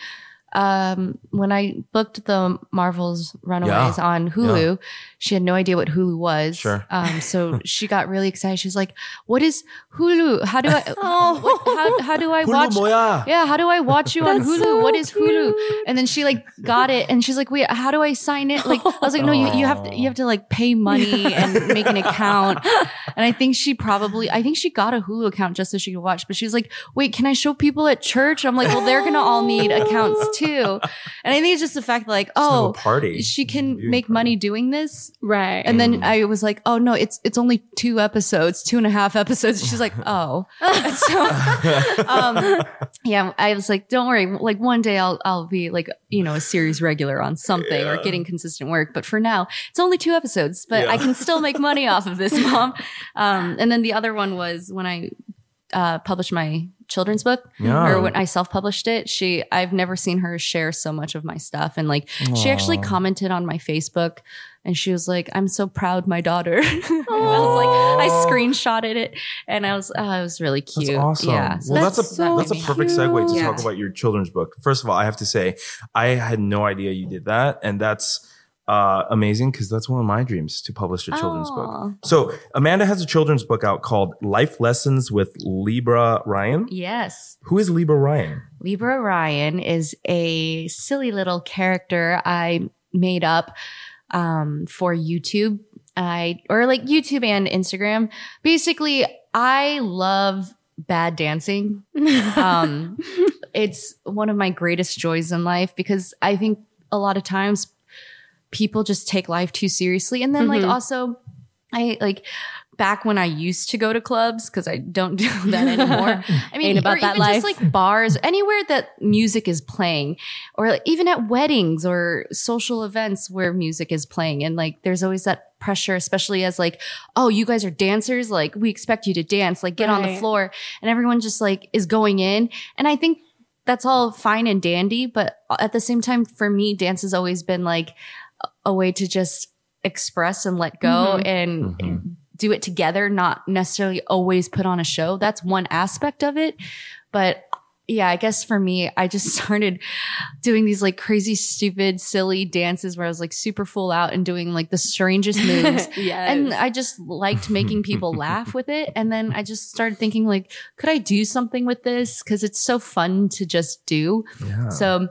Speaker 3: Um, when I booked the Marvel's Runaways
Speaker 1: Yeah.
Speaker 3: on Hulu, she had no idea what Hulu was.
Speaker 1: Sure.
Speaker 3: Um,
Speaker 1: [laughs]
Speaker 3: so she got really excited. She was like, "What is Hulu? How do I?
Speaker 1: [laughs]
Speaker 2: Oh.
Speaker 3: what, how, how do I watch?
Speaker 1: Moya.
Speaker 3: Yeah, how do I watch you on
Speaker 2: That's
Speaker 3: Hulu?
Speaker 2: so
Speaker 3: what is Hulu?"
Speaker 2: cute.
Speaker 3: And then she like got it, and she's like, "Wait, how do I sign it?" Like I was like, "No, you, you have to you have to like pay money and make an
Speaker 2: [laughs]
Speaker 3: account." And I think she probably I think she got a Hulu account just so she could watch. But she's like, "Wait, can I show people at church?" I'm like, "Well, they're gonna all need accounts too." And I think it's just the fact that like,
Speaker 1: Just have a
Speaker 3: oh,
Speaker 1: party.
Speaker 3: she can
Speaker 1: Viewing
Speaker 3: make
Speaker 1: party.
Speaker 3: money doing this.
Speaker 2: [laughs] Right.
Speaker 3: And
Speaker 1: Mm.
Speaker 3: then I was like, "Oh no, it's it's only two episodes, two and a half episodes." She's
Speaker 1: [laughs]
Speaker 3: like, "Oh." And so um yeah i was like don't worry like one day i'll i'll be like you know a series regular on something or getting consistent work but for now it's only two episodes but i can still make money off of this
Speaker 1: [laughs]
Speaker 3: mom um and then the other one was when i uh published my children's book
Speaker 1: Yeah.
Speaker 3: or when i self-published it she i've never seen her share so much of my stuff and like she actually
Speaker 1: Aw.
Speaker 3: commented on my facebook and she was like i'm so proud my daughter [laughs] and i was like i screenshotted it and i was uh, it was really cute
Speaker 1: That's awesome.
Speaker 3: yeah
Speaker 1: well, that's,
Speaker 2: that's
Speaker 1: a
Speaker 2: so
Speaker 1: that's a perfect
Speaker 2: cute.
Speaker 1: segue to
Speaker 3: Yeah.
Speaker 1: talk about your children's book. First of all, I have to say, I had no idea you did that, and that's uh, amazing because that's one of my dreams to publish a children's
Speaker 3: Aw.
Speaker 1: book. So Amanda has a children's book out called Life Lessons with Libra Ryan.
Speaker 3: Yes.
Speaker 1: Who is Libra Ryan?
Speaker 3: Libra Ryan is a silly little character I made up um, for YouTube. I or like YouTube and Instagram. Basically, I love bad dancing. Um, it's one of my greatest joys in life because I think a lot of times people just take life too seriously, and then like
Speaker 2: Mhm.
Speaker 3: also I like back when I used to go to clubs because I don't [laughs] do that anymore. I mean,
Speaker 2: Ain't about
Speaker 3: or
Speaker 2: that
Speaker 3: even
Speaker 2: life.
Speaker 3: just like bars, anywhere that music is playing, or like, even at weddings or social events where music is playing, and like there's always that pressure, especially as like, oh, you guys are dancers, like we expect you to dance, like get on the
Speaker 2: Right.
Speaker 3: floor, and everyone just like is going in, and I think. That's all fine and dandy, but uh, at the same time, for me, dance has always been like a way to just express and let go
Speaker 2: Mhm.
Speaker 3: and
Speaker 1: Mhm.
Speaker 3: do it together, not necessarily always put on a show. That's one aspect of it. But yeah, I guess for me, I just [laughs] started doing these like crazy, stupid, silly dances where I was like super full out and doing like the strangest
Speaker 2: [laughs]
Speaker 3: moves. And [laughs] I just liked making people laugh with it. And then I just started thinking, like, could I do something with this? Cause it's so fun to just do.
Speaker 1: Yeah.
Speaker 3: So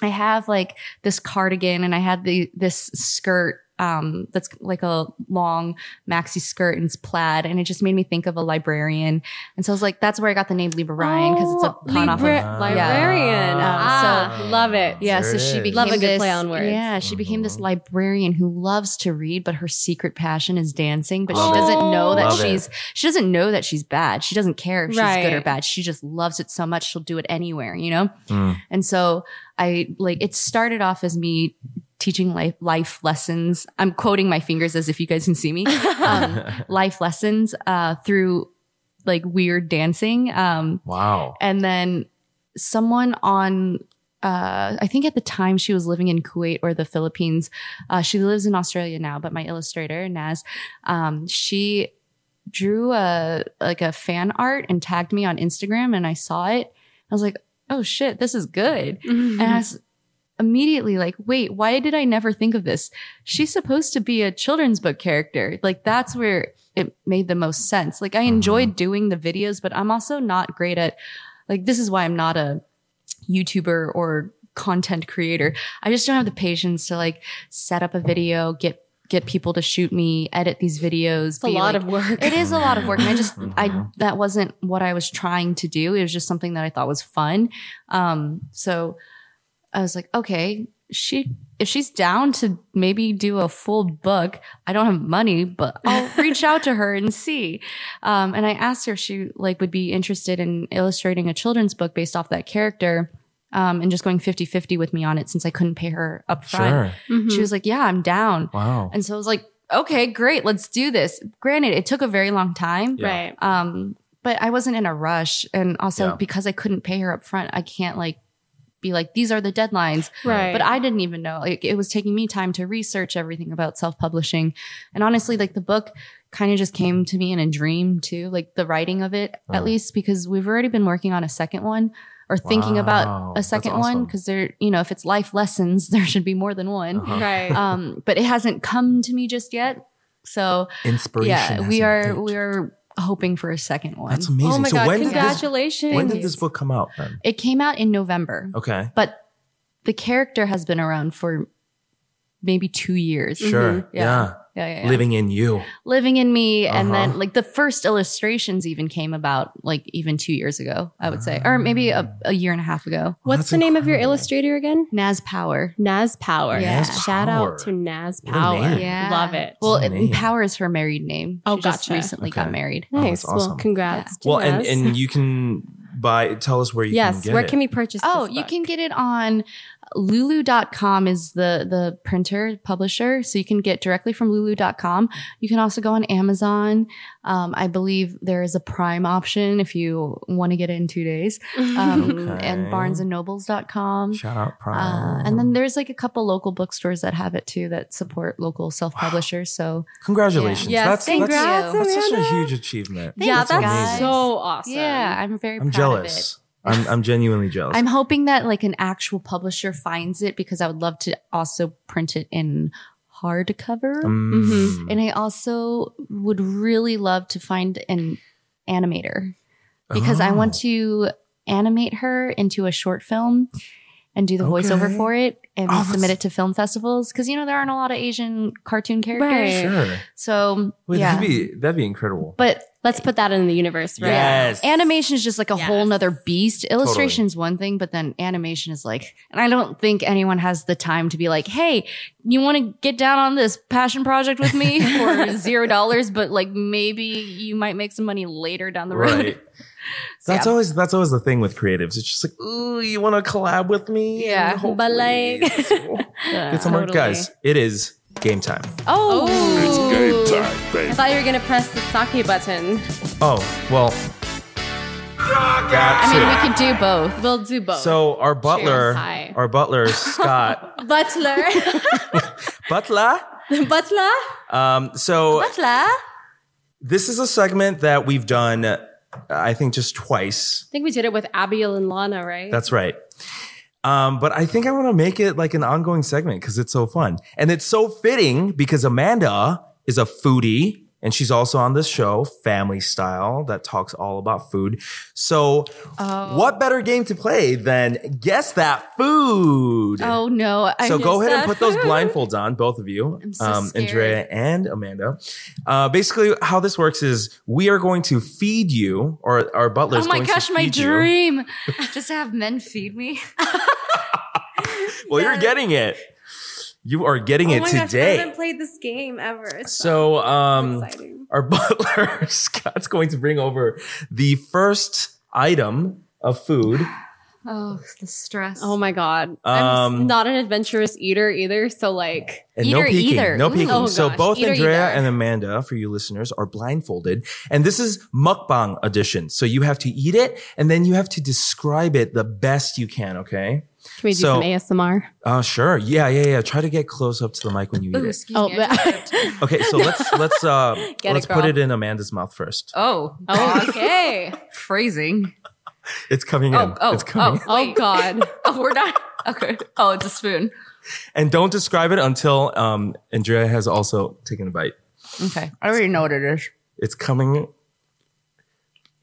Speaker 3: I have like this cardigan and I had the this skirt um that's like a long maxi skirt and it's plaid and it just made me think of a librarian. And so I was like, that's where I got the name Libra Ryan because it's
Speaker 2: Oh,
Speaker 3: a pun off
Speaker 2: Libra-
Speaker 3: of
Speaker 1: Ah.
Speaker 2: librarian.
Speaker 3: Yeah.
Speaker 2: ah, love it.
Speaker 3: yeah,
Speaker 1: There
Speaker 3: so
Speaker 1: it
Speaker 3: she
Speaker 1: is.
Speaker 3: became
Speaker 2: Love a good
Speaker 3: this-
Speaker 2: play on words.
Speaker 3: Yeah, she became this
Speaker 1: Mhm.
Speaker 3: librarian who loves to read, but her secret passion is dancing. But
Speaker 1: Love
Speaker 3: she
Speaker 1: it.
Speaker 3: doesn't know that
Speaker 1: Love it.
Speaker 3: she's she doesn't know that she's bad. She doesn't care if she's good or
Speaker 2: Right.
Speaker 3: bad. She just loves it so much she'll do it anywhere. You know. [laughs]
Speaker 1: Mm. [laughs]
Speaker 3: And so I like it started off as me teaching life life lessons. I'm quoting my fingers as if you guys can see me. Um, life lessons uh, through like weird dancing. Um,
Speaker 1: wow.
Speaker 3: and then someone on uh, I think at the time she was living in Kuwait or the Philippines. Uh, she lives in Australia now, but my illustrator Naz, um, she drew a like a fan art and tagged me on Instagram, and I saw it. I was like, "Oh shit, this is good!"
Speaker 2: Mhm.
Speaker 3: And I was immediately like, wait, why did I never think of this? She's supposed to be a children's book character. Like, that's where it made the most sense. Like, I
Speaker 2: Uh-huh.
Speaker 3: enjoyed doing the videos, but I'm also not great at, like, this is why I'm not a YouTuber or content creator. I just don't have the patience to, like, set up a video, get Get people to shoot me, edit these videos.
Speaker 2: it's a lot
Speaker 3: of
Speaker 2: of work.
Speaker 3: it is a lot of work. And I just, I,
Speaker 1: Mhm.
Speaker 3: that wasn't what I was trying to do. It was just something that I thought was fun. Um, so I was like, okay, she, if she's down to maybe do a full book, I don't have money, but I'll reach out to her and see. Um, and I asked her if she like would be interested in illustrating a children's book based off that character. Um, and just going 50 50 with me on it since I couldn't pay her up front.
Speaker 1: Sure.
Speaker 2: Mhm.
Speaker 3: She was like, Yeah, I'm down.
Speaker 1: Wow.
Speaker 3: And so I was like, okay, great, let's do this. Granted, it took a very long time.
Speaker 1: [laughs] Yeah.
Speaker 2: right.
Speaker 3: Um, but I wasn't in a rush. And also
Speaker 1: Yeah.
Speaker 3: because I couldn't pay her up front, I can't like be like, these are the deadlines.
Speaker 2: Right.
Speaker 3: But I didn't even know. Like it was taking me time to research everything about self-publishing. And honestly, like the book kind of just came to me in a dream too, like the writing of it,
Speaker 1: Oh.
Speaker 3: at least because we've already been working on a second one or thinking
Speaker 1: Wow,
Speaker 3: about a
Speaker 1: that's
Speaker 3: second one.
Speaker 1: awesome.
Speaker 3: Cause there, you know, if it's life lessons, [laughs] there should be more than one
Speaker 1: Uh-huh.
Speaker 2: right.
Speaker 3: um, but it hasn't come to me just yet. So
Speaker 1: Inspiration.
Speaker 3: yeah,
Speaker 1: as
Speaker 3: we
Speaker 1: an
Speaker 3: are
Speaker 1: adult.
Speaker 3: we are hoping for a second one.
Speaker 1: That's amazing.
Speaker 2: oh my
Speaker 1: so
Speaker 2: god!
Speaker 1: when did this
Speaker 2: Congratulations.
Speaker 1: when did this book come out then?
Speaker 3: It came out in November,
Speaker 1: Okay.
Speaker 3: but the character has been around for maybe two years.
Speaker 1: Sure.
Speaker 3: Mm-hmm. Yeah.
Speaker 1: Yeah.
Speaker 3: Yeah, yeah, yeah.
Speaker 1: Living in you.
Speaker 3: Living in me, and
Speaker 1: Uh-huh.
Speaker 3: then like the first illustrations even came about like even two years ago, I would say, or maybe a, a year and a half ago.
Speaker 1: Well,
Speaker 2: What's
Speaker 1: that's
Speaker 2: the name of your
Speaker 1: incredible.
Speaker 2: illustrator again?
Speaker 3: Naz Power.
Speaker 2: Naz Power.
Speaker 3: Yeah. Naz
Speaker 2: Shout
Speaker 1: Power.
Speaker 2: out to Naz
Speaker 1: What a
Speaker 2: Power.
Speaker 1: name.
Speaker 3: Yeah.
Speaker 2: Love it.
Speaker 3: Well,
Speaker 1: Her name.
Speaker 3: it, Power is her married name.
Speaker 2: Oh,
Speaker 3: she just
Speaker 2: gotcha.
Speaker 3: recently got
Speaker 1: Okay.
Speaker 3: married.
Speaker 1: Oh, that's
Speaker 2: nice.
Speaker 1: awesome.
Speaker 2: Well, congrats. to
Speaker 1: Well, and,
Speaker 2: Naz.
Speaker 1: and you can buy tell us where you can
Speaker 2: yes.
Speaker 1: get
Speaker 2: Where
Speaker 1: it.
Speaker 2: can we purchase?
Speaker 3: Oh,
Speaker 2: this
Speaker 3: you
Speaker 2: book?
Speaker 3: can get it on lulu.com is the the printer publisher so you can get directly from lulu.com you can also go on amazon um, i believe there is a prime option if you want to get it in two days [laughs] um,
Speaker 1: Okay.
Speaker 3: and barnesandnobles.com
Speaker 1: shout out Prime.
Speaker 3: uh, and then there's like a couple local bookstores that have it too that support local self-publishers so
Speaker 1: Congratulations.
Speaker 2: Yes,
Speaker 1: That's,
Speaker 3: thank
Speaker 1: that's,
Speaker 3: you.
Speaker 1: that's such a
Speaker 2: Amanda.
Speaker 1: huge achievement.
Speaker 2: Yeah,
Speaker 3: Thanks,
Speaker 2: that's
Speaker 3: guys.
Speaker 1: amazing.
Speaker 2: so awesome.
Speaker 3: yeah i'm very
Speaker 1: I'm
Speaker 3: proud of it
Speaker 1: jealous. I'm, I'm genuinely jealous.
Speaker 3: I'm hoping that like an actual publisher finds it because I would love to also print it in hardcover.
Speaker 1: Mm.
Speaker 3: Mm-hmm. And I also would really love to find an animator because I want
Speaker 1: Oh.
Speaker 3: to animate her into a short film and do the voiceover
Speaker 1: Okay.
Speaker 3: for it and
Speaker 1: Oh, that's-
Speaker 3: submit it to film festivals because you know there aren't a lot of Asian cartoon characters.
Speaker 2: Right.
Speaker 1: Oh, Sure.
Speaker 3: So
Speaker 1: Wait,
Speaker 3: yeah,
Speaker 1: that'd be that'd be incredible.
Speaker 3: but
Speaker 2: Let's put that in the universe, right?
Speaker 1: Yes.
Speaker 3: animation is just like a whole
Speaker 2: Yes.
Speaker 3: nother beast. Illustration's one thing, but then animation is like, and I don't think anyone has the time to be like, hey, you want to get down on this passion project
Speaker 1: [laughs]
Speaker 3: with me for zero dollars, but like maybe you might make some money later down the road. [laughs]
Speaker 1: Right. That's
Speaker 3: yeah.
Speaker 1: always that's always the thing with creatives. It's just like, ooh, you want to collab with me?
Speaker 3: Yeah,
Speaker 2: but
Speaker 1: Hopefully.
Speaker 2: like-
Speaker 3: [laughs]
Speaker 1: It's cool. get some work,
Speaker 2: Totally.
Speaker 1: guys. It is game time.
Speaker 3: Oh,
Speaker 4: It's
Speaker 2: Oh.
Speaker 4: game time,
Speaker 2: I
Speaker 4: baby.
Speaker 2: thought you were gonna press the sake button.
Speaker 1: Oh well. That's
Speaker 3: I mean,
Speaker 1: it.
Speaker 3: we could do both.
Speaker 2: We'll do both.
Speaker 3: Oh,
Speaker 1: So our butler,
Speaker 2: Cheers. Hi.
Speaker 1: our
Speaker 3: [laughs]
Speaker 1: butler Scott [laughs]
Speaker 2: butler, [laughs]
Speaker 1: Butler.
Speaker 2: butler,
Speaker 1: Um, so
Speaker 2: butler.
Speaker 1: this is a segment that we've done, uh, I think, just twice.
Speaker 2: I think we did it with Abiel and Lana, right?
Speaker 1: That's right. Um, but I think I want to make it like an ongoing segment because it's so fun. And it's so fitting because Amanda is a foodie and she's also on this show, Family Style, that talks all about food. So,
Speaker 3: Oh.
Speaker 1: what better game to play than Guess That Food?
Speaker 3: Oh no! I
Speaker 1: so, go
Speaker 3: just-
Speaker 1: ahead and put
Speaker 2: that
Speaker 1: those
Speaker 2: food.
Speaker 1: blindfolds on, both of you, um,
Speaker 3: I'm so
Speaker 1: Andrea
Speaker 3: scared.
Speaker 1: and Amanda. Uh, basically, how this works is we are going to feed you, or our butler's
Speaker 3: Oh my
Speaker 1: going to
Speaker 3: gosh, my
Speaker 1: feed you-
Speaker 3: dream!
Speaker 1: [laughs]
Speaker 3: just to have men feed me.
Speaker 1: [laughs] Well, you're getting it. You are
Speaker 3: Oh
Speaker 1: getting
Speaker 2: Oh
Speaker 1: it
Speaker 2: I
Speaker 1: today.
Speaker 2: haven't played this game ever.
Speaker 1: so, um,
Speaker 2: exciting.
Speaker 1: our [laughs] butler Scott's going to bring over the first item of food.
Speaker 3: Oh, the stress.
Speaker 2: Oh my god, I'm
Speaker 1: Um,
Speaker 2: s- not an adventurous eater either. So like,
Speaker 1: And no
Speaker 3: Either,
Speaker 1: peeking,
Speaker 3: either.
Speaker 1: no
Speaker 3: Mm.
Speaker 1: peeking.
Speaker 2: Oh,
Speaker 1: so
Speaker 2: gosh.
Speaker 1: both
Speaker 2: Either,
Speaker 1: Andrea
Speaker 2: either.
Speaker 1: and Amanda, for you listeners, are blindfolded, and this is mukbang edition. So you have to eat it, and then you have to describe it the best you can. Okay?
Speaker 2: can we do
Speaker 1: So-
Speaker 2: some ASMR?
Speaker 1: Uh, sure. Yeah, yeah, yeah. Try to get close up to the mic when you eat
Speaker 3: Ooh,
Speaker 1: it.
Speaker 3: excuse
Speaker 2: Oh,
Speaker 3: me. I just
Speaker 2: but-
Speaker 3: tripped.
Speaker 1: Okay, so let's let's uh,
Speaker 2: Get it,
Speaker 1: let's put
Speaker 2: girl.
Speaker 1: it in Amanda's mouth first.
Speaker 3: [laughs] oh,
Speaker 2: [laughs] [laughs] Oh, okay.
Speaker 3: phrasing.
Speaker 1: It's coming in.
Speaker 3: Oh, oh,
Speaker 1: it's coming.
Speaker 3: oh,
Speaker 2: oh
Speaker 3: wait.
Speaker 2: god.
Speaker 3: [laughs] oh, we're not. Okay. Oh, it's a spoon.
Speaker 1: And don't describe it until um, Andrea has also taken a bite.
Speaker 3: Okay. I already know what it is.
Speaker 1: It's coming.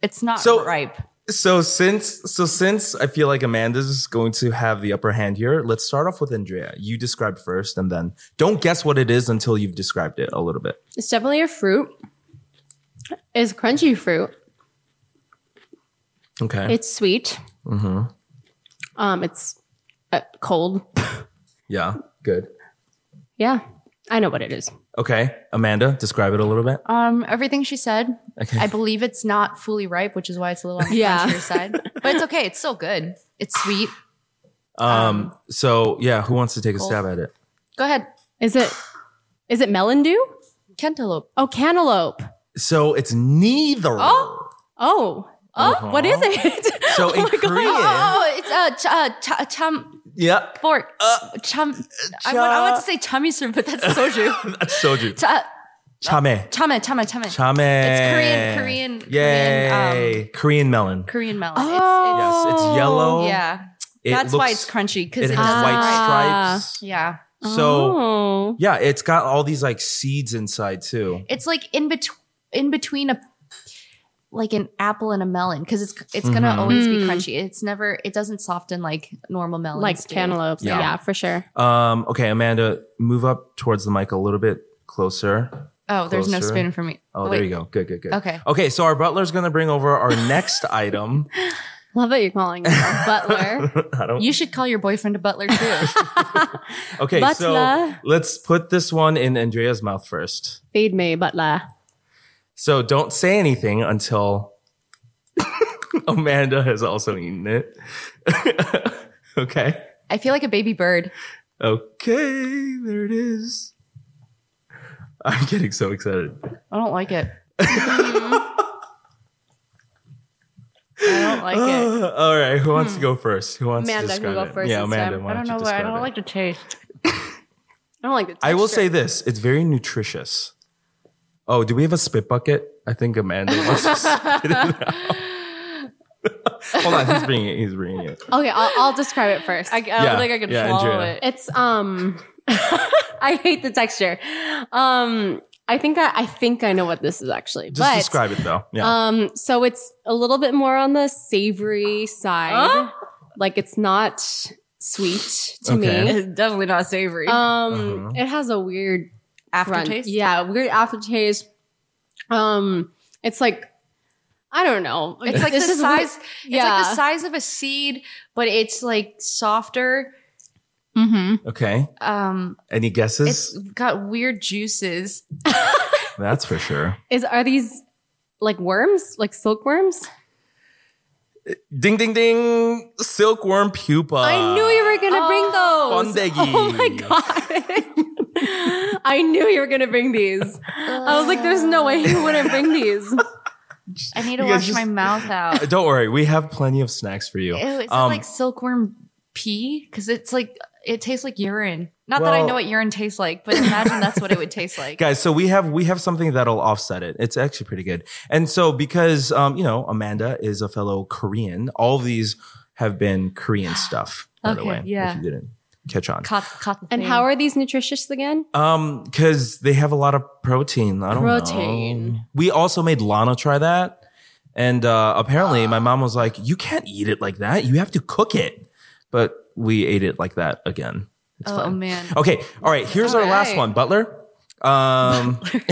Speaker 3: It's not
Speaker 1: So-
Speaker 3: ripe.
Speaker 1: So since so since I feel like Amanda's going to have the upper hand here, let's start off with Andrea. You describe first, and then don't guess what it is until you've described it a little bit.
Speaker 2: It's definitely a fruit. It's crunchy fruit.
Speaker 1: Okay.
Speaker 2: It's sweet. Mm-hmm. Um, it's uh, cold.
Speaker 1: yeah. Good.
Speaker 2: Yeah, I know what it is.
Speaker 1: Okay, Amanda, describe it a little bit.
Speaker 3: Um, everything she said.
Speaker 1: Okay.
Speaker 3: I believe it's not fully ripe, which is why it's a little on the
Speaker 2: Yeah.
Speaker 3: crunchier side. But it's okay. It's still good. It's sweet.
Speaker 1: Um. So yeah, who wants to take a
Speaker 3: cool.
Speaker 1: stab at it?
Speaker 3: Go ahead.
Speaker 2: Is it? Is it melon dew?
Speaker 3: Cantaloupe.
Speaker 2: Oh, cantaloupe.
Speaker 1: So it's neither.
Speaker 3: Oh.
Speaker 2: Oh, oh,
Speaker 1: Uh-huh.
Speaker 2: what is it? [laughs]
Speaker 3: [laughs]
Speaker 1: So in Korean,
Speaker 3: Oh, it's uh, ch- uh, ch- chum
Speaker 1: yeah, [laughs]
Speaker 3: fork.
Speaker 1: Uh,
Speaker 3: chum. I, want, I want to say chummy soup, but
Speaker 1: [laughs]
Speaker 3: that's soju.
Speaker 1: that's soju.
Speaker 3: Ch- uh,
Speaker 1: Chame.
Speaker 3: chame, chame, chame.
Speaker 1: Chame.
Speaker 3: It's Korean- Korean- um,
Speaker 1: Yay.
Speaker 3: Korean,
Speaker 1: Korean melon.
Speaker 3: Korean melon.
Speaker 1: Yes, it's yellow.
Speaker 3: It's, yeah.
Speaker 1: It
Speaker 3: that's why
Speaker 1: looks-
Speaker 3: it's crunchy
Speaker 1: It
Speaker 3: because it
Speaker 1: has
Speaker 3: doesn't
Speaker 1: white
Speaker 3: ripe.
Speaker 2: Ah.
Speaker 1: stripes.
Speaker 3: Yeah.
Speaker 1: So
Speaker 2: Oh.
Speaker 1: yeah, it's got all these like seeds inside too.
Speaker 3: it's like in between in between a like an apple and a melon because it's it's gonna
Speaker 1: Mhm.
Speaker 3: always be
Speaker 2: Mm.
Speaker 3: crunchy. It's never it doesn't soften like normal melons.
Speaker 2: like
Speaker 3: do.
Speaker 2: cantaloupes.
Speaker 1: Yeah.
Speaker 2: Yeah. for sure.
Speaker 1: Um, okay, Amanda, move up towards the mic a little bit closer.
Speaker 3: Oh, there's no
Speaker 1: Closer.
Speaker 3: spoon for me.
Speaker 1: Oh, there you go. Good, good, good.
Speaker 3: Okay.
Speaker 1: Okay, so our butler's gonna bring over our next [laughs] item.
Speaker 2: Love that you're
Speaker 1: [laughs]
Speaker 2: calling yourself butler.
Speaker 1: I don't.
Speaker 3: You should call your boyfriend a butler too.
Speaker 1: [laughs] Okay, so
Speaker 2: Butler.
Speaker 1: let's put this one in Andrea's mouth first.
Speaker 2: Feed me, butler.
Speaker 1: So don't say anything until [laughs] Amanda has also eaten it. [laughs] okay.
Speaker 3: I feel like a baby bird.
Speaker 1: Okay, there it is. I'm getting so excited.
Speaker 3: I don't
Speaker 1: [laughs]
Speaker 3: like it. I don't like it.
Speaker 1: Ah, All right, who wants to go first? Who wants
Speaker 2: Amanda
Speaker 1: to
Speaker 2: can
Speaker 1: describe
Speaker 2: go
Speaker 1: it?
Speaker 2: first
Speaker 1: yeah,
Speaker 2: this
Speaker 1: Amanda,
Speaker 2: time.
Speaker 1: why
Speaker 3: I don't
Speaker 1: you
Speaker 3: know why. I
Speaker 1: describe
Speaker 3: don't
Speaker 1: it?
Speaker 3: like
Speaker 1: [laughs]
Speaker 3: the taste.
Speaker 2: I don't like the texture.
Speaker 1: I will say this: it's very nutritious. [laughs]
Speaker 3: [laughs]
Speaker 1: Oh, do we have a spit bucket? I think Amanda wants to spit it out. Hold on, he's bringing it. He's bringing it.
Speaker 2: Okay, I'll, I'll describe it first.
Speaker 3: I, I don't
Speaker 1: Yeah,
Speaker 3: think I can
Speaker 1: yeah,
Speaker 3: follow
Speaker 1: Andrea.
Speaker 3: it.
Speaker 2: It's um [laughs] I hate the texture. Um I think I, I think I know what this is actually.
Speaker 1: Just
Speaker 2: but
Speaker 1: describe it though. Yeah.
Speaker 2: um so it's a little bit more on the savory side.
Speaker 3: Huh?
Speaker 2: Like it's not sweet to
Speaker 1: Okay.
Speaker 2: me.
Speaker 3: It's definitely not savory.
Speaker 2: Um
Speaker 1: Uh-huh.
Speaker 2: it has a weird crunch.
Speaker 3: Aftertaste.
Speaker 2: Yeah, weird aftertaste. Um it's like I don't know.
Speaker 3: It's like
Speaker 2: this
Speaker 3: the
Speaker 2: is
Speaker 3: size.
Speaker 2: weird-
Speaker 3: It's
Speaker 2: yeah.
Speaker 3: like the size of a seed, but it's like softer.
Speaker 2: mm-hmm.
Speaker 1: okay.
Speaker 3: Um,
Speaker 1: Any
Speaker 3: it's
Speaker 1: guesses?
Speaker 3: got weird juices.
Speaker 1: That's for sure.
Speaker 2: Is are these like worms? Like silkworms?
Speaker 1: Ding ding ding! Silkworm pupa.
Speaker 2: I knew you were gonna bring those.
Speaker 1: Bondegi.
Speaker 2: Oh my god! [laughs] I knew you were gonna bring these. I was like, "There's no way you wouldn't bring these."
Speaker 3: I need to
Speaker 1: You guys
Speaker 3: wash
Speaker 1: just- [laughs]
Speaker 3: my mouth out.
Speaker 1: Uh, Don't worry, we have plenty of snacks for you.
Speaker 3: Ew, is
Speaker 1: Um,
Speaker 3: it like silkworm pee? Because it's like it tastes like urine. Not that I
Speaker 1: Well-
Speaker 3: know what urine tastes like, but imagine that's what it
Speaker 1: [laughs]
Speaker 3: would taste like.
Speaker 1: guys so we have we have something that'll offset it it's actually pretty good and so because um you know amanda is a fellow korean all these have been korean stuff by the
Speaker 3: Okay,
Speaker 1: way
Speaker 3: yeah.
Speaker 1: if you didn't catch on
Speaker 3: Caught, caught the
Speaker 2: And
Speaker 3: thing.
Speaker 2: how are these nutritious again?
Speaker 1: um because they have a lot of protein i don't
Speaker 2: Protein.
Speaker 1: know we also made lana try that and uh apparently my mom was like you can't eat it like that you have to cook it but we ate it like that again it's
Speaker 3: Oh
Speaker 1: fine
Speaker 3: man.
Speaker 1: okay all right here's our
Speaker 2: All
Speaker 1: last
Speaker 2: right.
Speaker 1: one butler um [laughs]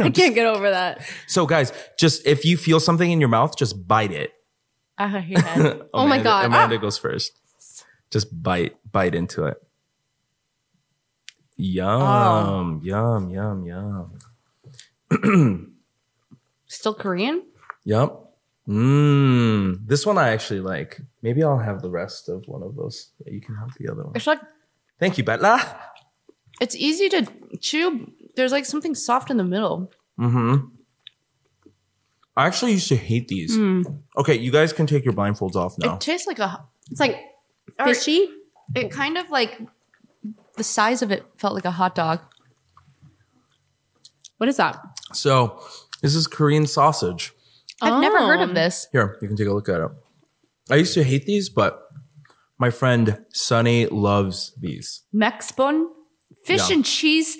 Speaker 2: I can't get over that.
Speaker 1: So guys, just if you feel something in your mouth, just bite it. [laughs]
Speaker 3: Uh, yeah.
Speaker 2: Oh my
Speaker 1: Amanda-
Speaker 2: God.
Speaker 1: Amanda goes first. Just bite, bite into it.
Speaker 2: Oh.
Speaker 1: Yum, yum, yum, yum.
Speaker 3: Still Korean?
Speaker 1: Yum. Mmm. This one I actually like. Maybe I'll have the rest of one of those. Yeah, you can have the other one.
Speaker 3: It's like
Speaker 1: Thank you, Betla.
Speaker 3: it's easy to chew. There's like something soft in the middle.
Speaker 1: Mm-hmm. I actually used to hate these. Okay, you guys can take your blindfolds off now.
Speaker 3: Hmm. It tastes like a
Speaker 2: It's like
Speaker 3: or
Speaker 2: fishy.
Speaker 3: It kind of like the size of it felt like a hot dog.
Speaker 2: What is that?
Speaker 1: So this is Korean sausage.
Speaker 3: I've never heard of
Speaker 2: Oh.
Speaker 3: this.
Speaker 1: Here, you can take a look at it. I used to hate these, but my friend Sunny loves these.
Speaker 3: Mex bun, fish
Speaker 1: Yeah.
Speaker 3: and [laughs] cheese.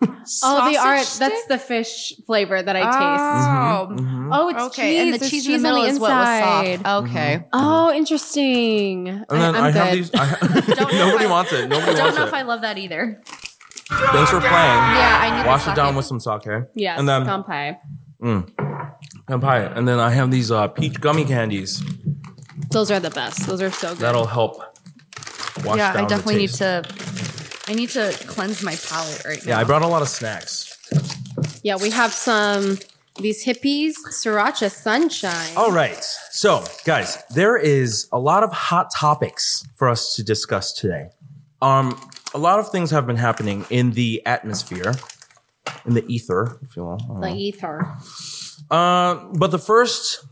Speaker 2: Oh, they
Speaker 3: sausage
Speaker 2: are.
Speaker 3: stick?
Speaker 2: That's the fish flavor that I taste.
Speaker 3: Oh.
Speaker 1: Mm-hmm.
Speaker 2: Oh, it's
Speaker 3: Okay,
Speaker 2: cheese.
Speaker 3: and the
Speaker 2: There's
Speaker 3: cheese in the middle is what was
Speaker 2: inside.
Speaker 3: soft. Okay.
Speaker 2: Oh, interesting. I,
Speaker 1: And then
Speaker 2: am
Speaker 1: I, have
Speaker 2: good.
Speaker 1: these. I [laughs]
Speaker 3: [laughs] Don't know
Speaker 1: nobody
Speaker 3: if I-
Speaker 1: wants it. Nobody
Speaker 3: Don't
Speaker 1: wants
Speaker 3: know if
Speaker 1: it.
Speaker 3: I love that either.
Speaker 1: Thanks for playing.
Speaker 3: Yeah, I need
Speaker 1: Wash
Speaker 3: the
Speaker 1: it down
Speaker 3: sake.
Speaker 1: with some sake.
Speaker 2: yes,
Speaker 1: And then
Speaker 2: kanpai.
Speaker 1: and pie. And then I have these uh, peach gummy candies.
Speaker 2: Those are the best. Those are so good.
Speaker 1: That'll help. Wash
Speaker 3: Yeah,
Speaker 1: down
Speaker 3: I
Speaker 1: the
Speaker 3: definitely need
Speaker 1: taste.
Speaker 3: to. I need to cleanse my palate right now.
Speaker 1: Yeah, I brought a lot of snacks.
Speaker 2: Yeah, we have some these hippies sriracha sunshine.
Speaker 1: All right. So, guys, there is a lot of hot topics for us to discuss today. Um, a lot of things have been happening in the atmosphere, in the ether, if you will. I don't
Speaker 2: the ether.
Speaker 1: know. Uh, but the first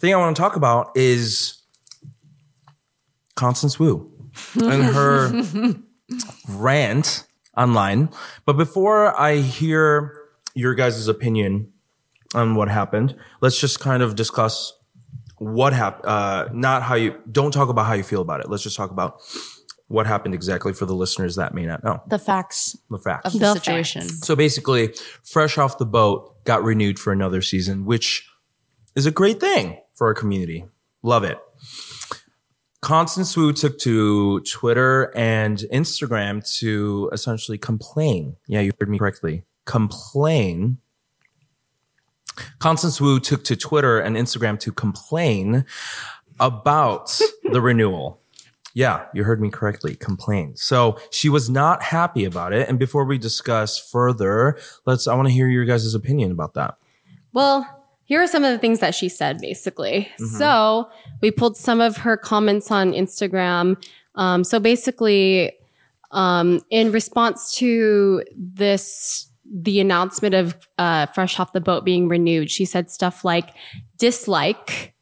Speaker 1: thing I want to talk about is Constance Wu and her rant online. But before I hear your guys' opinion on what happened, let's just kind of discuss what happened. Uh, not how you don't talk about how you feel about it. Let's just talk about what happened exactly for the listeners that may not know
Speaker 3: the facts
Speaker 1: the facts.
Speaker 3: of the,
Speaker 2: The
Speaker 3: situation.
Speaker 1: So basically, Fresh Off the Boat got renewed for another season, which is a great thing for our community. Love it. Constance Wu took to Twitter and Instagram to essentially complain. Yeah, you heard me correctly. Complain. Constance Wu took to Twitter and Instagram to complain about the renewal. Yeah, you heard me correctly. Complain. So she was not happy about it. And before we discuss further, let's. I want to hear your guys' opinion about that.
Speaker 2: Well, here are some of the things that she said basically. So we pulled some of her comments on Instagram. Um, so basically, um, in response to this, the announcement of uh, Fresh Off the Boat being renewed, she said stuff like dislike.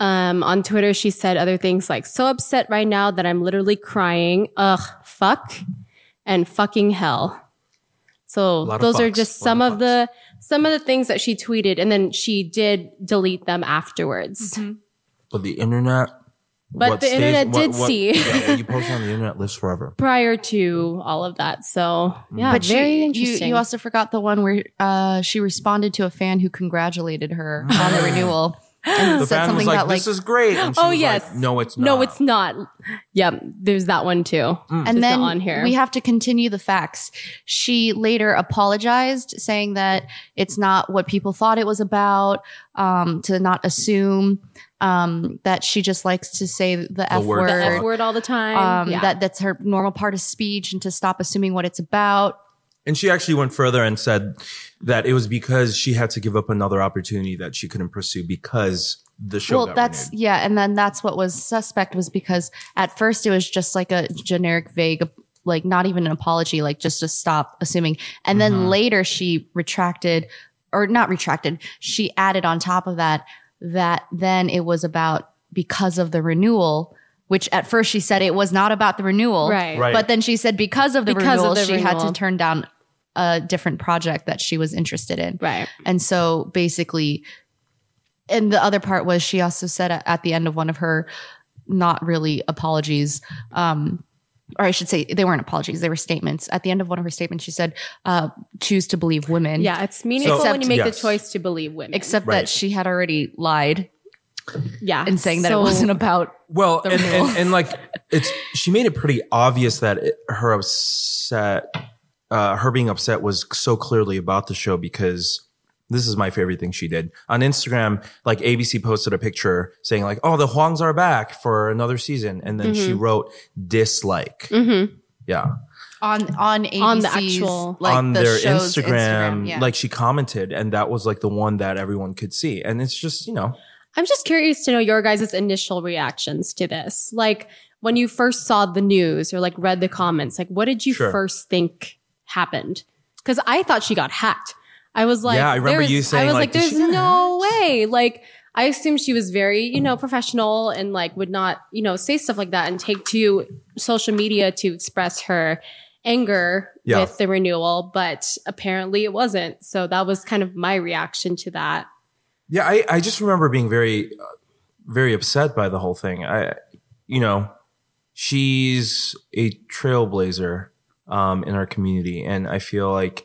Speaker 2: Um, on Twitter, she said other things like, so upset right now that I'm literally crying. Ugh, fuck, and fucking hell. So
Speaker 1: Lot of
Speaker 2: those are
Speaker 1: fucks,
Speaker 2: just
Speaker 1: lot
Speaker 2: some
Speaker 1: of
Speaker 2: of the some of the things that she tweeted, and then she did delete them afterwards.
Speaker 1: But the internet.
Speaker 2: But the internet did see.
Speaker 1: yeah, what you post on the internet lives forever.
Speaker 2: [laughs] prior to all of that. So yeah,
Speaker 3: But
Speaker 2: very
Speaker 3: she, you,
Speaker 2: interesting.
Speaker 3: you also forgot the one where uh, she responded to a fan who congratulated her on the renewal
Speaker 2: [laughs]
Speaker 3: and
Speaker 1: The
Speaker 3: said
Speaker 1: fan
Speaker 3: something
Speaker 1: was like,
Speaker 3: about like,
Speaker 1: "This is great." and she
Speaker 2: Oh,
Speaker 1: was
Speaker 2: yes.
Speaker 1: like, no, it's not.
Speaker 2: no, it's not. Yep, there's that one too.
Speaker 3: and
Speaker 2: It's not
Speaker 3: then
Speaker 2: on here.
Speaker 3: we have to continue the facts. She later apologized, saying that it's not what people thought it was about. Um, to not assume um, that she just likes to say the, f
Speaker 1: word
Speaker 3: word.
Speaker 2: the
Speaker 1: Or-
Speaker 2: F word all the time.
Speaker 3: Um,
Speaker 2: yeah.
Speaker 3: That that's her normal part of speech, and to stop assuming what it's about.
Speaker 1: And she actually went further and said that it was because she had to give up another opportunity that she couldn't pursue because the show.
Speaker 3: well
Speaker 1: got
Speaker 3: that's
Speaker 1: renewed.
Speaker 3: yeah and then that's what was suspect was because at first it was just like a generic vague like not even an apology like just to stop assuming and then later she retracted or not retracted she added on top of that that then it was about because of the renewal which at first she said it was not about the renewal
Speaker 2: right.
Speaker 1: Right.
Speaker 3: but then she said because of the
Speaker 2: Because of
Speaker 3: renewal
Speaker 2: the
Speaker 3: she had to
Speaker 2: renewal.
Speaker 3: turn down a different project that she was interested in
Speaker 2: Right.
Speaker 3: and so basically, and the other part was she also said at at the end of one of her not really apologies, um, or I should say they weren't apologies, they were statements. At the end of one of her statements, she said, uh, choose to believe women.
Speaker 2: Yeah, it's meaningful
Speaker 1: Except-
Speaker 2: when you make
Speaker 1: Yes.
Speaker 2: the choice to believe women.
Speaker 3: Except
Speaker 1: Right.
Speaker 3: that she had already lied
Speaker 2: yeah,
Speaker 3: in saying that
Speaker 2: So-
Speaker 3: it wasn't about.
Speaker 1: well,
Speaker 3: the
Speaker 1: and,
Speaker 3: renewal.
Speaker 1: and, and like it's she made it pretty obvious that it, her upset, uh, her being upset was so clearly about the show because this is my favorite thing she did on Instagram. Like ABC posted a picture saying like, "Oh, the Huangs are back for another season," and then
Speaker 3: Mm-hmm.
Speaker 1: she wrote dislike. Yeah.
Speaker 3: On on ABC's,
Speaker 2: On the actual-
Speaker 3: like
Speaker 1: on
Speaker 3: the
Speaker 1: their
Speaker 3: show's
Speaker 1: Instagram,
Speaker 3: yeah.
Speaker 1: like she commented, and that was like the one that everyone could see. And it's just, you know,
Speaker 2: I'm just curious to know your guys' initial reactions to this. Like when you first saw the news or like read the comments, like what did you
Speaker 1: Sure.
Speaker 2: first think happened? Because I thought she got hacked. I was like,
Speaker 1: Yeah, I remember
Speaker 2: there's-
Speaker 1: you saying,
Speaker 2: I was
Speaker 1: like,
Speaker 2: like,
Speaker 1: "Did
Speaker 2: there's
Speaker 1: she get
Speaker 2: no way. Like I assumed she was very, you know, professional and like would not, you know, say stuff like that and take to social media to express her anger
Speaker 1: Yeah.
Speaker 2: with the renewal, but apparently it wasn't. So that was kind of my reaction to that.
Speaker 1: yeah, I, I just remember being very, uh, very upset by the whole thing. I, you know, she's a trailblazer um, in our community, and I feel like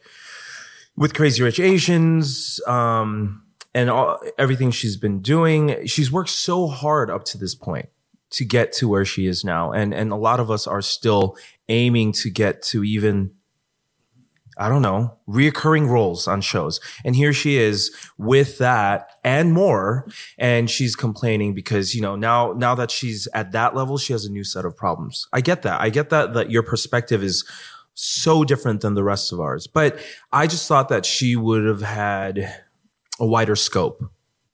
Speaker 1: with Crazy Rich Asians um, and all, everything she's been doing, she's worked so hard up to this point to get to where she is now, and and a lot of us are still aiming to get to even I don't know, reoccurring roles on shows. And here she is with that and more. And she's complaining because, you know, now, now that she's at that level, she has a new set of problems. I get that. I get that, that your perspective is so different than the rest of ours. But I just thought that she would have had a wider scope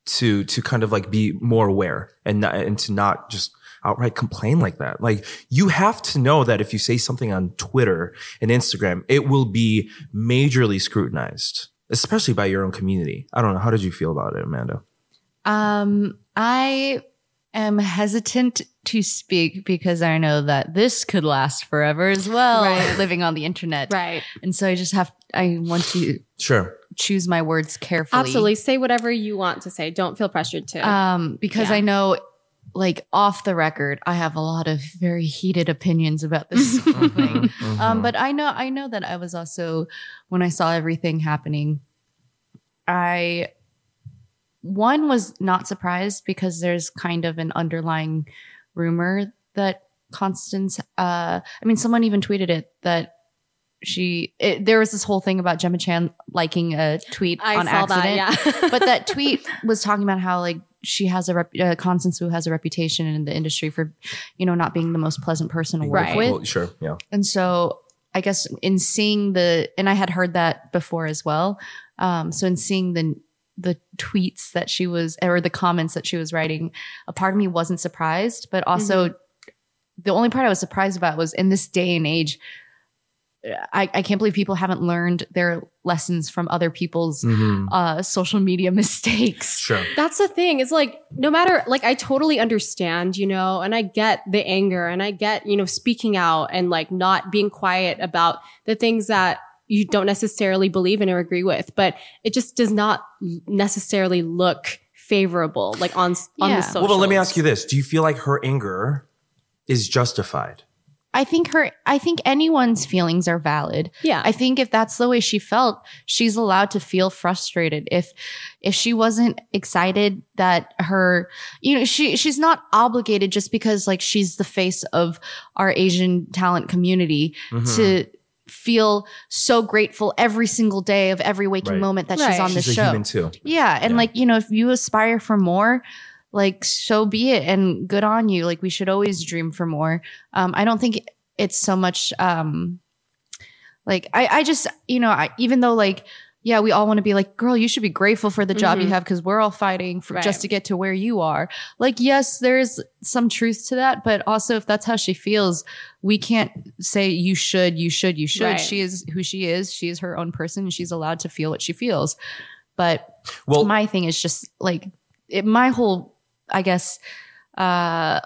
Speaker 1: to, to kind of like be more aware and not, and to not just outright complain like that. Like you have to know that if you say something on Twitter and Instagram, it will be majorly scrutinized, especially by your own community. I don't know. How did you feel about it, Amanda?
Speaker 3: Um, I am hesitant to speak because I know that this could last forever as well.
Speaker 2: Right.
Speaker 3: Living on the internet,
Speaker 2: Right.
Speaker 3: And so I just have I want to
Speaker 1: Sure.
Speaker 3: choose my words carefully.
Speaker 2: Absolutely. Uh, Say whatever you want to say. Don't feel pressured to.
Speaker 3: Um, because
Speaker 2: Yeah.
Speaker 3: I know like off the record, I have a lot of very heated opinions
Speaker 2: [laughs]
Speaker 3: about this whole thing.
Speaker 1: Mm-hmm. Mm.
Speaker 3: Um, but I know I know that I was also when I saw everything happening, I one was not surprised because there's kind of an underlying rumor that Constance uh I mean someone even tweeted it that she it, there was this whole thing about Gemma Chan liking a tweet
Speaker 2: I
Speaker 3: on
Speaker 2: saw
Speaker 3: accident
Speaker 2: that. Yeah. [laughs]
Speaker 3: but that tweet was talking about how like she has a rep- uh, Constance Wu has a reputation in the industry for, you know, not being the most pleasant person to work
Speaker 2: Right.
Speaker 3: with.
Speaker 1: Mm-hmm. Well, sure. Yeah.
Speaker 3: And so I guess in seeing the and I had heard that before as well. Um, so in seeing the the tweets that she was or the comments that she was writing, a part of me wasn't surprised, but also the only part I was surprised about was in this day and age. I, I can't believe people haven't learned their lessons from other people's uh, social media [laughs] mistakes.
Speaker 1: Mm-hmm. Sure.
Speaker 2: That's the thing. It's like no matter like I totally understand, you know, and I get the anger and I get, you know, speaking out and like not being quiet about the things that you don't necessarily believe in or agree with, but it just does not necessarily look favorable, like on s- on
Speaker 3: Yeah.
Speaker 2: the
Speaker 3: Well,
Speaker 2: social.
Speaker 1: Well, but let me ask you this: Do you feel like her anger is justified?
Speaker 3: I think her, I think anyone's feelings are valid.
Speaker 2: Yeah,
Speaker 3: I think if that's the way she felt, she's allowed to feel frustrated. If if she wasn't excited that her, you know, she she's not obligated just because like she's the face of our Asian talent community
Speaker 1: Mhm.
Speaker 3: to feel so grateful every single day of every waking
Speaker 1: Right.
Speaker 3: moment that she's
Speaker 2: Right.
Speaker 3: on
Speaker 1: She's
Speaker 3: this
Speaker 1: a
Speaker 3: show.
Speaker 1: human too.
Speaker 3: Yeah. And
Speaker 1: Yeah.
Speaker 3: like, you know, if you aspire for more, like, so be it and good on you. Like, we should always dream for more. Um, I don't think it's so much, um, like, I, I just, you know, I, even though like, yeah, we all want to be like, girl, you should be grateful for the job you
Speaker 2: Mhm.
Speaker 3: have because we're all fighting for
Speaker 2: Right.
Speaker 3: just to get to where you are. Like, yes, there's some truth to that, but also if that's how she feels, we can't say you should, you should, you should.
Speaker 2: Right.
Speaker 3: She is who she is. She is her own person and she's allowed to feel what she feels. But
Speaker 1: Well,
Speaker 3: my thing is just like it, my whole i guess uh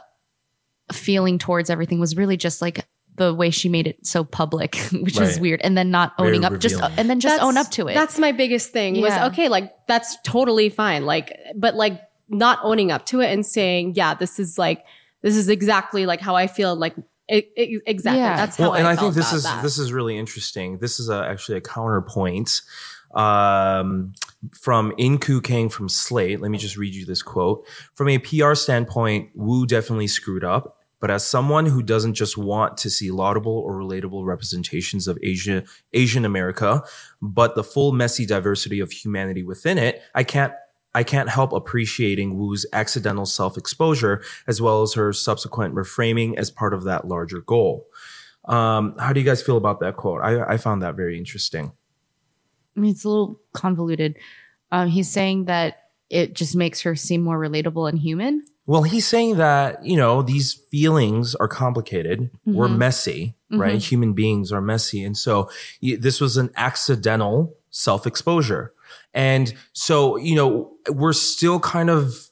Speaker 3: feeling towards everything was really just like the way she made it so public [laughs] which is
Speaker 1: Right.
Speaker 3: weird and then not
Speaker 1: Very
Speaker 3: owning up just uh,
Speaker 1: revealing.
Speaker 3: and then just
Speaker 2: That's-
Speaker 3: own up to it
Speaker 2: That's my biggest thing
Speaker 3: Yeah.
Speaker 2: was okay, like that's totally fine. Like, but like not owning up to it and saying, yeah, this is like this is exactly like how I feel. Like e- e- exactly.
Speaker 3: Yeah.
Speaker 2: That's how
Speaker 1: well, and I, think
Speaker 2: felt
Speaker 1: this
Speaker 2: about
Speaker 1: is
Speaker 2: that.
Speaker 1: this is really interesting. This is a, actually a counterpoint um, from Inku Kang from Slate. Let me just read you this quote. From a PR standpoint, Wu definitely screwed up. But as someone who doesn't just want to see laudable or relatable representations of Asia, Asian America, but the full messy diversity of humanity within it, I can't I can't help appreciating Wu's accidental self-exposure as well as her subsequent reframing as part of that larger goal. Um, how do you guys feel about that quote? I, I found that very interesting.
Speaker 3: I mean, it's a little convoluted um he's saying that it just makes her seem more relatable and human
Speaker 1: Well, he's saying that, you know, these feelings are complicated. We're
Speaker 3: Mhm.
Speaker 1: messy, right? Human beings are messy. And so y- this was an accidental self exposure. And so, you know, we're still kind of.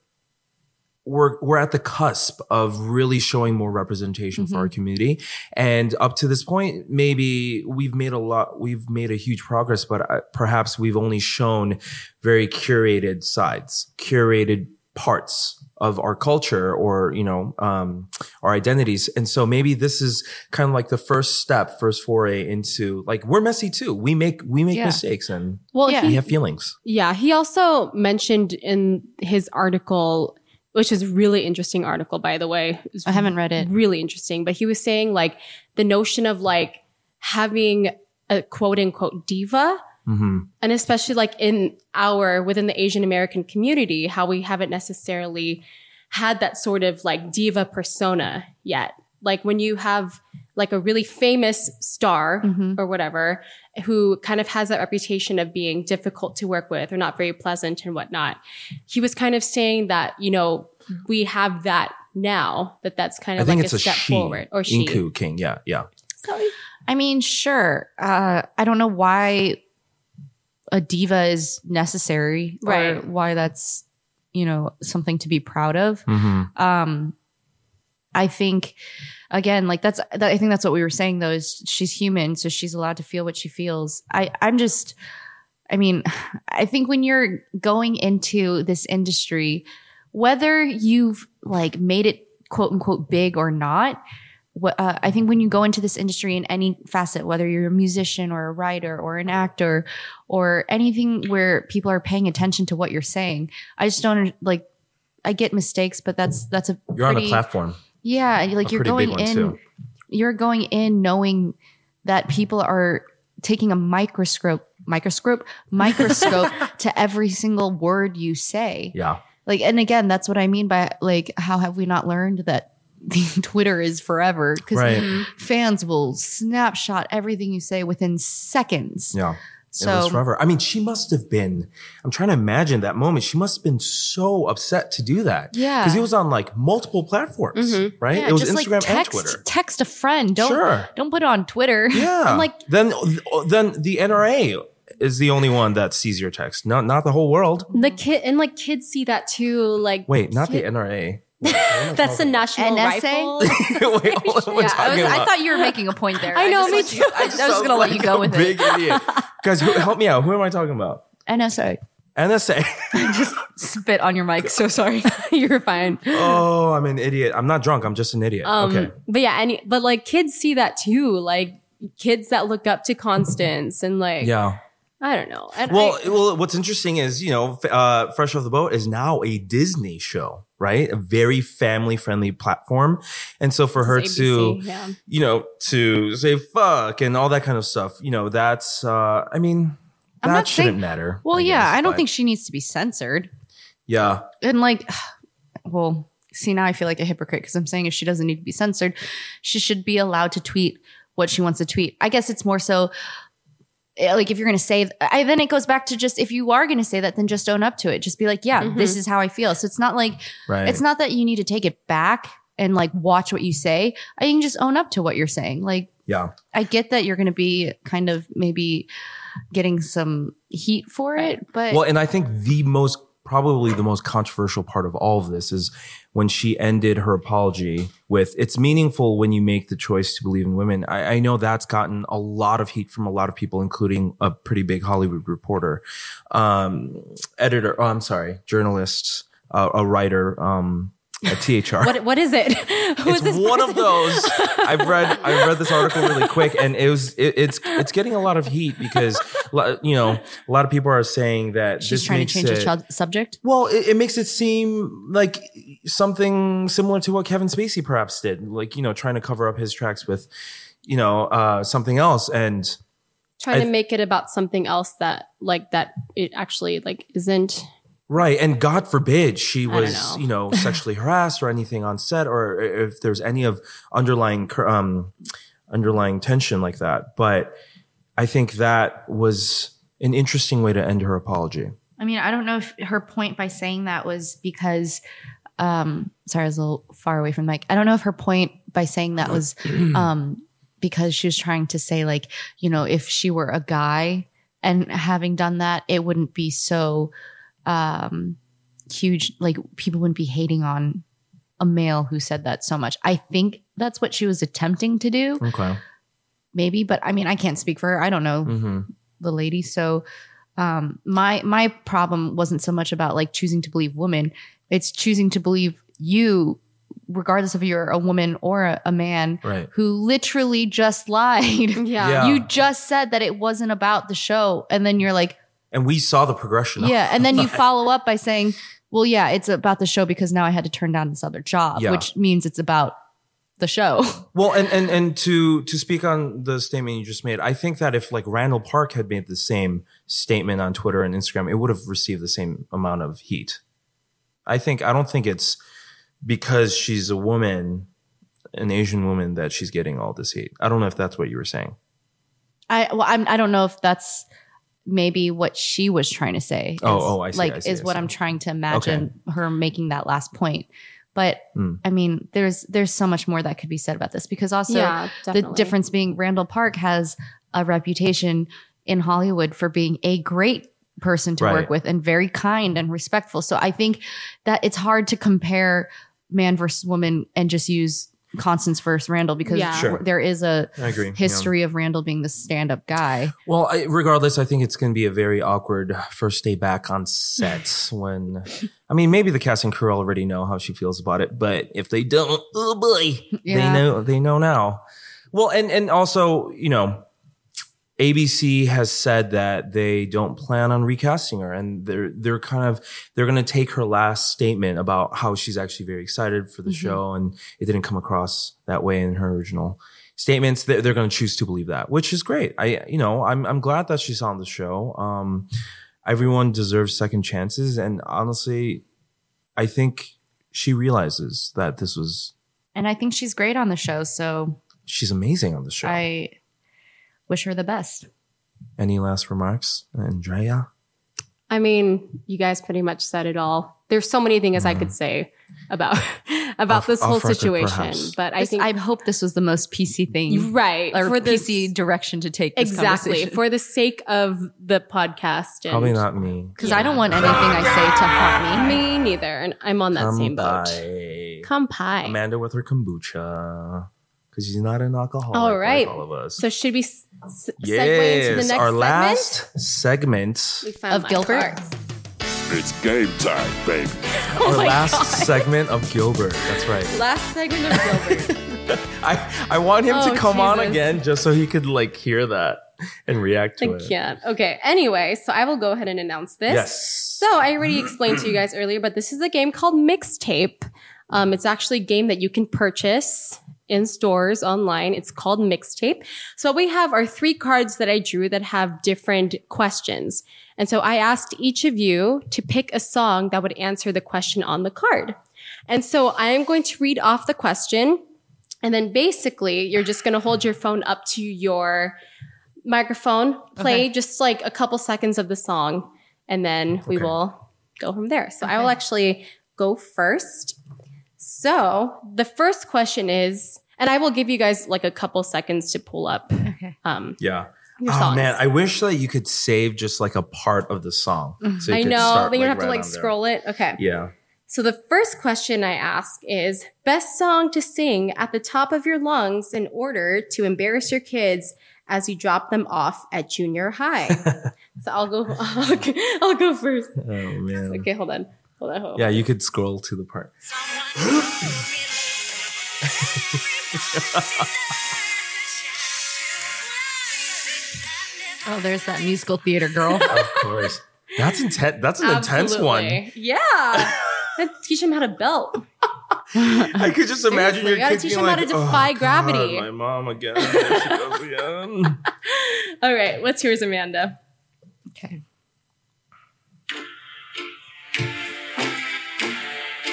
Speaker 1: We're, we're at the cusp of really showing more representation for our community and up to this point maybe we've made a lot we've made a huge progress but I, perhaps we've only shown very curated sides curated parts of our culture or you know um, our identities and so maybe this is kind of like the first step first foray into like we're messy too we make we make
Speaker 3: Yeah.
Speaker 1: mistakes and
Speaker 2: well,
Speaker 3: Yeah.
Speaker 2: he
Speaker 1: we have feelings
Speaker 2: Yeah, he also mentioned in his article, which is really interesting article by the way. It's
Speaker 3: i haven't read it
Speaker 2: really interesting, but he was saying like the notion of like having a quote unquote diva
Speaker 1: hmm
Speaker 2: and especially like in our within the Asian American community, how we haven't necessarily had that sort of like diva persona yet. Like when you have like a really famous star
Speaker 3: Mhm.
Speaker 2: or whatever who kind of has that reputation of being difficult to work with or not very pleasant and whatnot, he was kind of saying that you know we have that now that that's kind
Speaker 1: i
Speaker 2: of
Speaker 1: think
Speaker 2: like
Speaker 1: it's
Speaker 2: a
Speaker 1: a,
Speaker 2: step
Speaker 1: she
Speaker 2: forward or she.
Speaker 1: inku king yeah yeah
Speaker 3: I mean, sure. Uh, I don't know why a diva is necessary, Or
Speaker 2: Right.
Speaker 3: why that's you know something to be proud of.
Speaker 1: hmm
Speaker 3: Um, I think again, like that's that, I think that's what we were saying though is she's human, so she's allowed to feel what she feels. I I'm just, I mean, [sighs] I think when you're going into this industry, whether you've like made it quote unquote big or not. wh- Uh, I think when you go into this industry in any facet, whether you're a musician or a writer or an actor or anything where people are paying attention to what you're saying, I just don't like. I get mistakes, but that's that's a
Speaker 1: you're on a
Speaker 3: pretty-
Speaker 1: platform
Speaker 3: yeah, and,
Speaker 1: a
Speaker 3: like you're
Speaker 1: pretty big
Speaker 3: going
Speaker 1: one,
Speaker 3: in,
Speaker 1: too.
Speaker 3: you're going in knowing that people are taking a microscope,
Speaker 1: [laughs]
Speaker 3: microscope, microscope to every single word you say.
Speaker 1: yeah
Speaker 3: Like, and again, that's what I mean by like, how have we not learned that [laughs] Twitter is forever? Because
Speaker 1: right
Speaker 2: mm-hmm.
Speaker 3: fans will snapshot everything you say within seconds.
Speaker 1: yeah it was
Speaker 3: So
Speaker 1: forever. I mean, she must have been. I'm trying to imagine that moment. She must have been so upset to do that.
Speaker 3: Yeah. Mm-hmm.
Speaker 1: because it was on like multiple platforms,
Speaker 2: Mhm.
Speaker 1: right?
Speaker 3: yeah,
Speaker 1: it was
Speaker 3: just
Speaker 1: Instagram
Speaker 3: like text,
Speaker 1: and Twitter.
Speaker 3: text a friend. Don't
Speaker 1: Sure.
Speaker 3: don't put it on Twitter.
Speaker 1: Yeah.
Speaker 3: I'm like,
Speaker 1: then then the NRA is the only one that sees your text. Not not the whole world.
Speaker 2: The kid and like kids see that too. Like
Speaker 1: Wait, not the
Speaker 2: kid-
Speaker 3: [laughs]
Speaker 1: NRA.
Speaker 2: that's the national
Speaker 3: NSA?
Speaker 2: rifle.
Speaker 1: [laughs] Wait, what am I
Speaker 3: I, uh, was,
Speaker 1: talking
Speaker 3: I
Speaker 1: about?
Speaker 3: thought you were making a point [laughs] there.
Speaker 2: I know,
Speaker 3: just
Speaker 1: [laughs]
Speaker 2: me
Speaker 3: [laughs] let you- I, I was just gonna let you go with
Speaker 1: big
Speaker 3: it. [laughs]
Speaker 1: idiot. Guys, who, help me out. Who am I talking about?
Speaker 3: NSA.
Speaker 1: NSA.
Speaker 3: just spit on your mic. So [laughs] sorry.
Speaker 2: You're fine.
Speaker 1: [laughs] oh, I'm an idiot. I'm not drunk. I'm just an idiot.
Speaker 2: Um,
Speaker 1: okay.
Speaker 2: But yeah, any but like kids see that too. Like kids that look up to Constance and like
Speaker 1: Yeah.
Speaker 2: I don't know. And
Speaker 1: Well,
Speaker 2: I-
Speaker 1: well, what's interesting is you know, f- uh, Fresh Off the Boat is now a Disney show, right? A very family friendly platform, and so for her
Speaker 2: ABC,
Speaker 1: to
Speaker 2: yeah.
Speaker 1: you know, to say fuck and all that kind of stuff. You know, that's, uh, I mean, that
Speaker 3: I'm not saying-
Speaker 1: shouldn't matter.
Speaker 3: Well, yeah,
Speaker 1: guess,
Speaker 3: I don't
Speaker 1: but-
Speaker 3: think she needs to be censored.
Speaker 1: Yeah.
Speaker 3: And like, [sighs] well, see, now I feel like a hypocrite because I'm saying if she doesn't need to be censored, she should be allowed to tweet what she wants to tweet. I guess it's more so eh, like if you're going to say, I, then it goes back to just if you are going to say that, then just own up to it. Just be like, yeah, this is how I feel. So it's not like,
Speaker 1: Right.
Speaker 3: it's not that you need to take it back and like watch what you say. I can just own up to what you're saying. Like,
Speaker 1: yeah.
Speaker 3: I get that you're going to be kind of maybe getting some heat for it, but
Speaker 1: Well, and I think the most, probably the most controversial part of all of this is when she ended her apology with, it's meaningful when you make the choice to believe in women. I, I know that's gotten a lot of heat from a lot of people, including a pretty big Hollywood reporter, um, editor, oh, I'm sorry, journalist, uh, a writer, um, at THR.
Speaker 2: what what is it? [laughs] Who
Speaker 1: it's
Speaker 2: is this
Speaker 1: one of
Speaker 2: person?
Speaker 1: those. I've read. I read this article really quick, and it was. It, it's. It's getting a lot of heat because lo- you know a lot of people are saying that
Speaker 3: she's
Speaker 1: this
Speaker 3: trying
Speaker 1: makes
Speaker 3: to change
Speaker 1: it,
Speaker 3: the child subject.
Speaker 1: Well, it, it makes it seem like something similar to what Kevin Spacey perhaps did, like you know trying to cover up his tracks with, you know, uh, something else, and
Speaker 2: trying
Speaker 1: I-
Speaker 2: to make it about something else that like that it actually like isn't.
Speaker 1: Right, and God forbid she
Speaker 2: don't
Speaker 1: was,
Speaker 2: know.
Speaker 1: you
Speaker 3: [laughs]
Speaker 1: know, sexually harassed or anything on set, or if there's any of underlying cur- um, underlying tension like that. But I think that was an interesting way to end her apology.
Speaker 3: I mean, I don't know if her point by saying that was because. Um, sorry, I was a little far away from the mic. I don't know if her point by saying that was um, because she was trying to say, like, you know, if she were a guy and having done that, it wouldn't be so um, huge. Like, people wouldn't be hating on a male who said that so much. I think that's what she was attempting to do,
Speaker 1: Okay.
Speaker 3: maybe. But I mean, I can't speak for her. I don't know
Speaker 1: hmm
Speaker 3: the lady. So um, my my problem wasn't so much about like choosing to believe women; it's choosing to believe you, regardless of you're a woman or a, a man
Speaker 1: Right.
Speaker 3: who literally just [laughs] lied.
Speaker 2: Yeah.
Speaker 1: Yeah.
Speaker 3: You just said that it wasn't about the show, and then you're like,
Speaker 1: And we saw the progression. of-
Speaker 3: yeah, and
Speaker 1: [laughs]
Speaker 3: then you follow up by saying, "Well, yeah, it's about the show because now I had to turn down this other job,
Speaker 1: Yeah.
Speaker 3: which means it's about the show."
Speaker 1: Well, and and and to to speak on the statement you just made, I think that if like Randall Park had made the same statement on Twitter and Instagram, it would have received the same amount of heat. I think I don't think it's because she's a woman, an Asian woman, that she's getting all this heat. I don't know if that's what you were saying.
Speaker 3: I well, I'm, I don't know if that's maybe what she was trying to say.
Speaker 1: Oh,
Speaker 3: is,
Speaker 1: oh, I see,
Speaker 3: Like,
Speaker 1: I see,
Speaker 3: is
Speaker 1: I
Speaker 3: what
Speaker 1: see.
Speaker 3: I'm trying to imagine her making that last point. But
Speaker 1: Mm.
Speaker 3: I mean, there's there's so much more that could be said about this because also
Speaker 2: yeah,
Speaker 3: the
Speaker 2: definitely.
Speaker 3: difference being Randall Park has a reputation in Hollywood for being a great person to
Speaker 1: Right.
Speaker 3: work with and very kind and respectful. So I think that it's hard to compare man versus woman and just use Constance versus Randall because
Speaker 2: Yeah.
Speaker 1: Sure.
Speaker 3: there is a
Speaker 1: I agree. yeah.
Speaker 3: history of Randall being the stand-up guy.
Speaker 1: Well, I, regardless, I think it's going to be a very awkward first day back on set when, I mean, maybe the cast and crew already know how she feels about it, but if they don't, oh boy,
Speaker 3: Yeah.
Speaker 1: they know, they know now. Well, and, and also, you know, ABC has said that they don't plan on recasting her and they're, they're kind of, they're going to take her last statement about how she's actually very excited for the
Speaker 3: Mhm.
Speaker 1: show and it didn't come across that way in her original statements they're, they're going to choose to believe that which is great i you know i'm, I'm glad that she's on the show um, everyone deserves second chances and honestly i think she realizes that this was
Speaker 3: And I think she's great on the show, so
Speaker 1: she's amazing on the show
Speaker 3: I wish her the best.
Speaker 1: any last remarks andrea
Speaker 2: I mean, you guys pretty much said it all. There's so many things I could say about [laughs] about
Speaker 1: Mm. Off-
Speaker 2: this whole
Speaker 1: off record,
Speaker 2: situation,
Speaker 1: perhaps.
Speaker 2: but I
Speaker 3: This-
Speaker 2: think
Speaker 3: I hope this was the most PC
Speaker 2: You're
Speaker 3: thing
Speaker 2: right
Speaker 3: or
Speaker 2: for this-
Speaker 3: PC direction to take this
Speaker 2: exactly for the sake of the podcast. And
Speaker 1: probably not me
Speaker 3: because I don't want anything I say to haunt me.
Speaker 2: Me neither, and I'm on that
Speaker 1: Come
Speaker 2: same boat.
Speaker 1: by.
Speaker 2: Come pie.
Speaker 1: amanda with her kombucha because she's not an alcoholic
Speaker 2: All right.
Speaker 1: like all of us
Speaker 2: So should we s- s- segue
Speaker 1: yes
Speaker 2: into the next
Speaker 1: our
Speaker 2: segment?
Speaker 1: last segment
Speaker 2: We found
Speaker 3: Of
Speaker 2: my
Speaker 3: Gilbert?
Speaker 2: cards.
Speaker 4: It's game time, baby.
Speaker 2: Oh
Speaker 1: Our last segment of Gilbert. That's right.
Speaker 3: Last
Speaker 1: [laughs]
Speaker 3: segment of Gilbert.
Speaker 1: I, I want him
Speaker 3: Oh,
Speaker 1: to come on
Speaker 3: Jesus.
Speaker 1: again just so he could like hear that and react
Speaker 2: I
Speaker 1: to it.
Speaker 2: can't. Okay. Anyway, so I will go ahead and announce this.
Speaker 1: Yes.
Speaker 2: So I already explained to you guys earlier, but this is a game called Mixtape. Um, it's actually a game that you can purchase in stores online. It's called Mixtape. So we have our three cards that I drew that have different questions. And so I asked each of you to pick a song that would answer the question on the card. And so I am going to read off the question. And then basically, you're just going to hold your phone up to your microphone, play just like a couple seconds of the song, and then we
Speaker 1: Okay.
Speaker 2: will go from there. So I
Speaker 3: Okay.
Speaker 2: will actually go first. So the first question is, and I will give you guys like a couple seconds to pull up
Speaker 3: okay.
Speaker 2: um,
Speaker 1: Yeah.
Speaker 2: your
Speaker 1: oh
Speaker 2: songs.
Speaker 1: man, I wish that you could save just like a part of the song. So you
Speaker 2: Mm-hmm. I
Speaker 1: could
Speaker 2: know.
Speaker 1: start,
Speaker 2: Then you have to
Speaker 1: right
Speaker 2: like
Speaker 1: on there.
Speaker 2: scroll it. Okay.
Speaker 1: Yeah.
Speaker 2: So the first question I ask is best song to sing at the top of your lungs in order to embarrass your kids as you drop them off at
Speaker 1: [laughs]
Speaker 2: junior high. so I'll go [laughs] I'll go first.
Speaker 1: Oh man.
Speaker 2: Okay, hold on. Hold on. Hold on.
Speaker 1: Yeah, you could scroll to the part.
Speaker 3: Oh, there's that musical
Speaker 2: [laughs]
Speaker 3: theater girl.
Speaker 1: Of course. That's intense. That's an intense one.
Speaker 2: Absolutely.
Speaker 1: [laughs]
Speaker 2: Yeah. Let's teach them how to belt.
Speaker 1: I could just imagine your
Speaker 2: Seriously, you gotta
Speaker 1: kids
Speaker 2: teach
Speaker 1: being
Speaker 2: them how
Speaker 1: like,
Speaker 2: to defy
Speaker 1: "Oh, God,
Speaker 2: gravity."
Speaker 1: my mom again. There she goes again.
Speaker 2: All right, what's yours, Amanda?
Speaker 3: okay.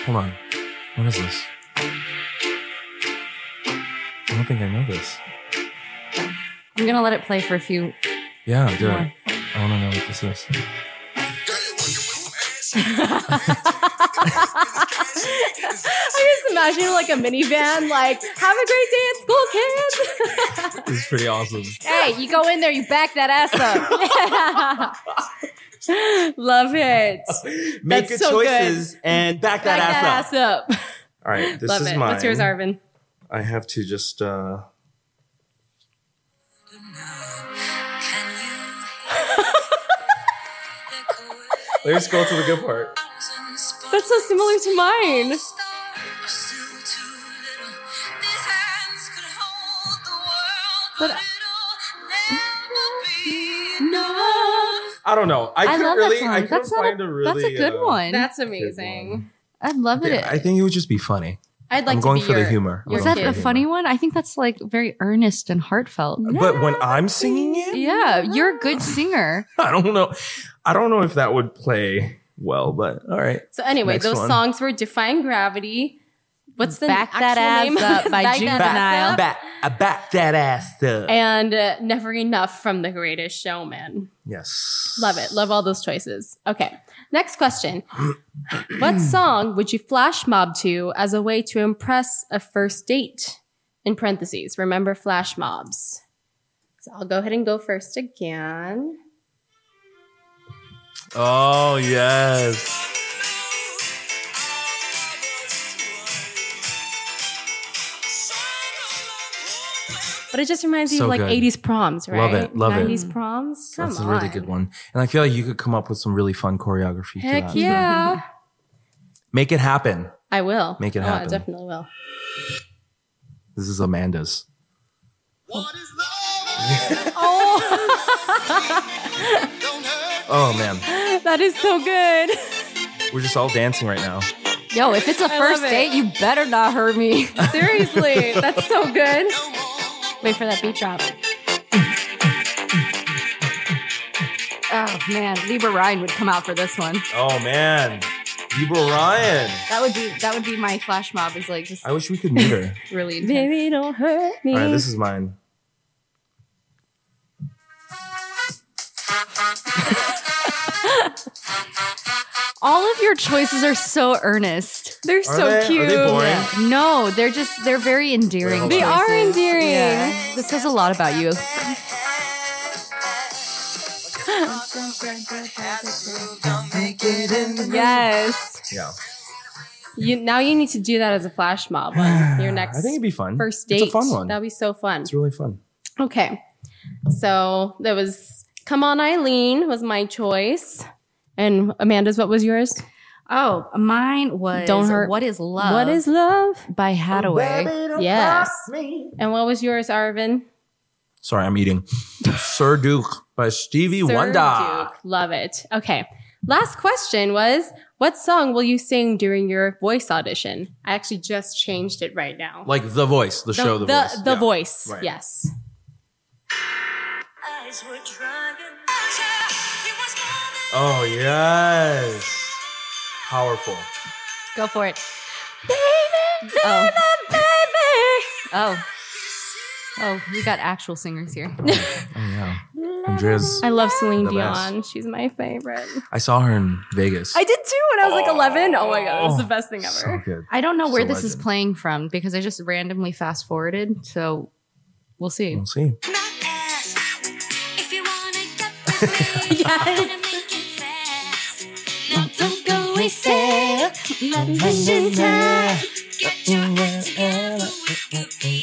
Speaker 1: Hold on. What is this? I don't think I know this.
Speaker 3: I'm gonna let it play for a few.
Speaker 1: Yeah, do
Speaker 3: More.
Speaker 1: it. I want to know what this is.
Speaker 2: I just imagine like a minivan, like, have a great day at school, kids. [laughs]
Speaker 1: This is pretty
Speaker 3: [laughs]
Speaker 1: awesome.
Speaker 2: Hey, you go in there, you back that ass up. [laughs] Love it.
Speaker 1: Make
Speaker 2: That's
Speaker 1: good
Speaker 2: so
Speaker 1: choices and back that,
Speaker 2: back that
Speaker 1: ass,
Speaker 2: ass
Speaker 1: up.
Speaker 2: up.
Speaker 1: All right, this
Speaker 2: Love
Speaker 1: is
Speaker 2: it.
Speaker 1: mine.
Speaker 2: What's yours, Arvin?
Speaker 1: I have to just. uh Let me scroll to the good part.
Speaker 2: That's so similar to mine.
Speaker 3: But-
Speaker 1: I don't know. I,
Speaker 3: I
Speaker 1: couldn't
Speaker 3: love that
Speaker 1: really.
Speaker 3: song.
Speaker 1: I couldn't
Speaker 3: That's not a-
Speaker 1: find a, really.
Speaker 3: That's a good
Speaker 1: uh,
Speaker 3: one.
Speaker 2: That's amazing.
Speaker 3: I'd love it.
Speaker 1: Yeah, I think it would just be funny.
Speaker 2: I'd like
Speaker 1: I'm going
Speaker 2: to be
Speaker 1: for
Speaker 2: your,
Speaker 1: the humor. I'm
Speaker 2: your
Speaker 3: Is
Speaker 1: going
Speaker 3: that
Speaker 1: for
Speaker 2: kid.
Speaker 3: a
Speaker 1: the
Speaker 3: funny
Speaker 1: humor.
Speaker 3: one? I think that's like very earnest and heartfelt.
Speaker 1: But when I'm singing it,
Speaker 3: Yeah, you're a good singer.
Speaker 1: I don't know. I don't know if that would play well, but all right.
Speaker 2: So anyway,
Speaker 1: Next
Speaker 2: those
Speaker 1: one.
Speaker 2: songs were Defying Gravity. What's the
Speaker 3: Back
Speaker 2: actual
Speaker 3: That Ass
Speaker 2: name?
Speaker 3: Up
Speaker 2: [laughs]
Speaker 3: by
Speaker 2: Back That
Speaker 3: Juvenile.
Speaker 2: Ass Up.
Speaker 1: back, I back that ass up.
Speaker 2: And uh, Never Enough from The Greatest Showman.
Speaker 1: yes.
Speaker 2: Love it. Love all those choices. Okay. Next question.
Speaker 1: [clears throat]
Speaker 2: what song would you flash mob to as a way to impress a first date? In parentheses, remember flash mobs. So I'll go ahead and go first again.
Speaker 1: Oh yes.
Speaker 2: But it just reminds you
Speaker 1: So
Speaker 2: of like
Speaker 1: good.
Speaker 2: 80s proms, right?
Speaker 1: Love it, love it.
Speaker 2: 90s proms. Come
Speaker 1: That's
Speaker 2: on.
Speaker 1: a really good one. And I feel like you could come up with some really fun choreography. to
Speaker 2: Heck
Speaker 1: that.
Speaker 2: yeah.
Speaker 1: Make it happen.
Speaker 2: I will.
Speaker 1: Make it
Speaker 2: Oh, I
Speaker 1: happen.
Speaker 2: definitely will.
Speaker 1: This is Amanda's. Oh man.
Speaker 2: [laughs] that is so good. [laughs]
Speaker 1: We're just all dancing right now.
Speaker 3: Yo, if it's a
Speaker 2: I
Speaker 3: first
Speaker 2: love it.
Speaker 3: date, you better not
Speaker 2: [laughs]
Speaker 3: hurt me.
Speaker 2: Seriously, that's so good. Wait for that beat drop.
Speaker 3: oh man, Libra Ryan would come out for this one.
Speaker 1: Oh man. Libra Ryan.
Speaker 3: That would be that would be my flash mob. Is like just
Speaker 1: I wish we could meet
Speaker 2: [laughs]
Speaker 1: her.
Speaker 3: really intense.
Speaker 2: Baby, don't hurt me.
Speaker 1: all right, this is mine.
Speaker 3: All of your choices are so earnest.
Speaker 2: They're
Speaker 1: Are
Speaker 2: so
Speaker 1: they-
Speaker 2: cute.
Speaker 1: Are they boring?
Speaker 3: No, they're just they're very endearing.
Speaker 2: They
Speaker 3: choices.
Speaker 2: are endearing.
Speaker 3: Yeah. This says a lot about you.
Speaker 2: Yes.
Speaker 1: Yeah.
Speaker 2: You now you need to do that as a flash mob
Speaker 1: [sighs]
Speaker 2: on your next
Speaker 1: I think it'd be fun.
Speaker 2: first date.
Speaker 1: It's a fun one.
Speaker 2: That'd be so fun.
Speaker 1: it's really fun.
Speaker 2: Okay. So there was Come On Eileen was my choice. And Amanda's, what was yours?
Speaker 8: Oh, mine was
Speaker 2: Don't hurt.
Speaker 3: What is love?
Speaker 2: What is love?
Speaker 3: by Hadaway?
Speaker 2: Yes. And what was yours, Arvin?
Speaker 1: Sorry, I'm eating. [laughs] Sir Duke by Stevie
Speaker 2: Sir
Speaker 1: Wonder.
Speaker 2: Duke. Love it. Okay. Last question was what song will you sing during your voice audition? I actually just changed it right now.
Speaker 1: Like The Voice, the, show The,
Speaker 2: the,
Speaker 1: Voice.
Speaker 2: The
Speaker 1: Yeah.
Speaker 2: voice.
Speaker 1: Right.
Speaker 2: Yes.
Speaker 1: Oh, yes. Powerful.
Speaker 3: Go for it.
Speaker 2: Oh.
Speaker 3: Oh. Oh, we got actual
Speaker 2: [laughs]
Speaker 3: singers here.
Speaker 1: Yeah.
Speaker 2: Mm.
Speaker 1: Andrea's.
Speaker 2: I love Celine
Speaker 1: The best.
Speaker 2: Dion. She's my favorite.
Speaker 1: I saw her in Vegas.
Speaker 2: I did too when I was like 11. Oh my God. It was the best thing ever.
Speaker 1: So good.
Speaker 3: I don't know where
Speaker 1: She's a
Speaker 3: this is
Speaker 1: legend.
Speaker 3: playing from because I just randomly fast forwarded. So we'll see.
Speaker 1: We'll see.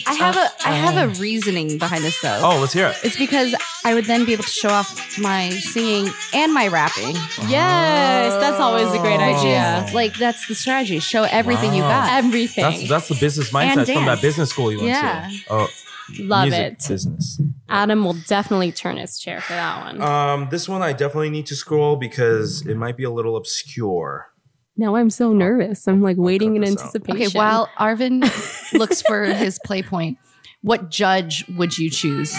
Speaker 3: I have a I have a reasoning behind this though.
Speaker 1: Oh, let's hear it.
Speaker 3: It's because I would then be able to show off my singing and my rapping.
Speaker 2: Yes. That's always a great
Speaker 1: Which is-
Speaker 2: idea.
Speaker 3: Like that's the strategy. Show everything you
Speaker 1: Wow.
Speaker 3: got.
Speaker 2: Everything.
Speaker 1: That's that's the business mindset from that
Speaker 3: dance.
Speaker 1: business school you went
Speaker 3: Yeah.
Speaker 1: to. Oh,
Speaker 2: Love
Speaker 1: music
Speaker 2: it.
Speaker 1: Business.
Speaker 2: Adam will definitely turn his chair for that one.
Speaker 1: Um, this one I definitely need to scroll because it might be a little obscure.
Speaker 2: now I'm so nervous. I'm like waiting in
Speaker 1: this out.
Speaker 2: anticipation.
Speaker 3: Okay, while Arvin [laughs] looks for his play point, what judge would you choose?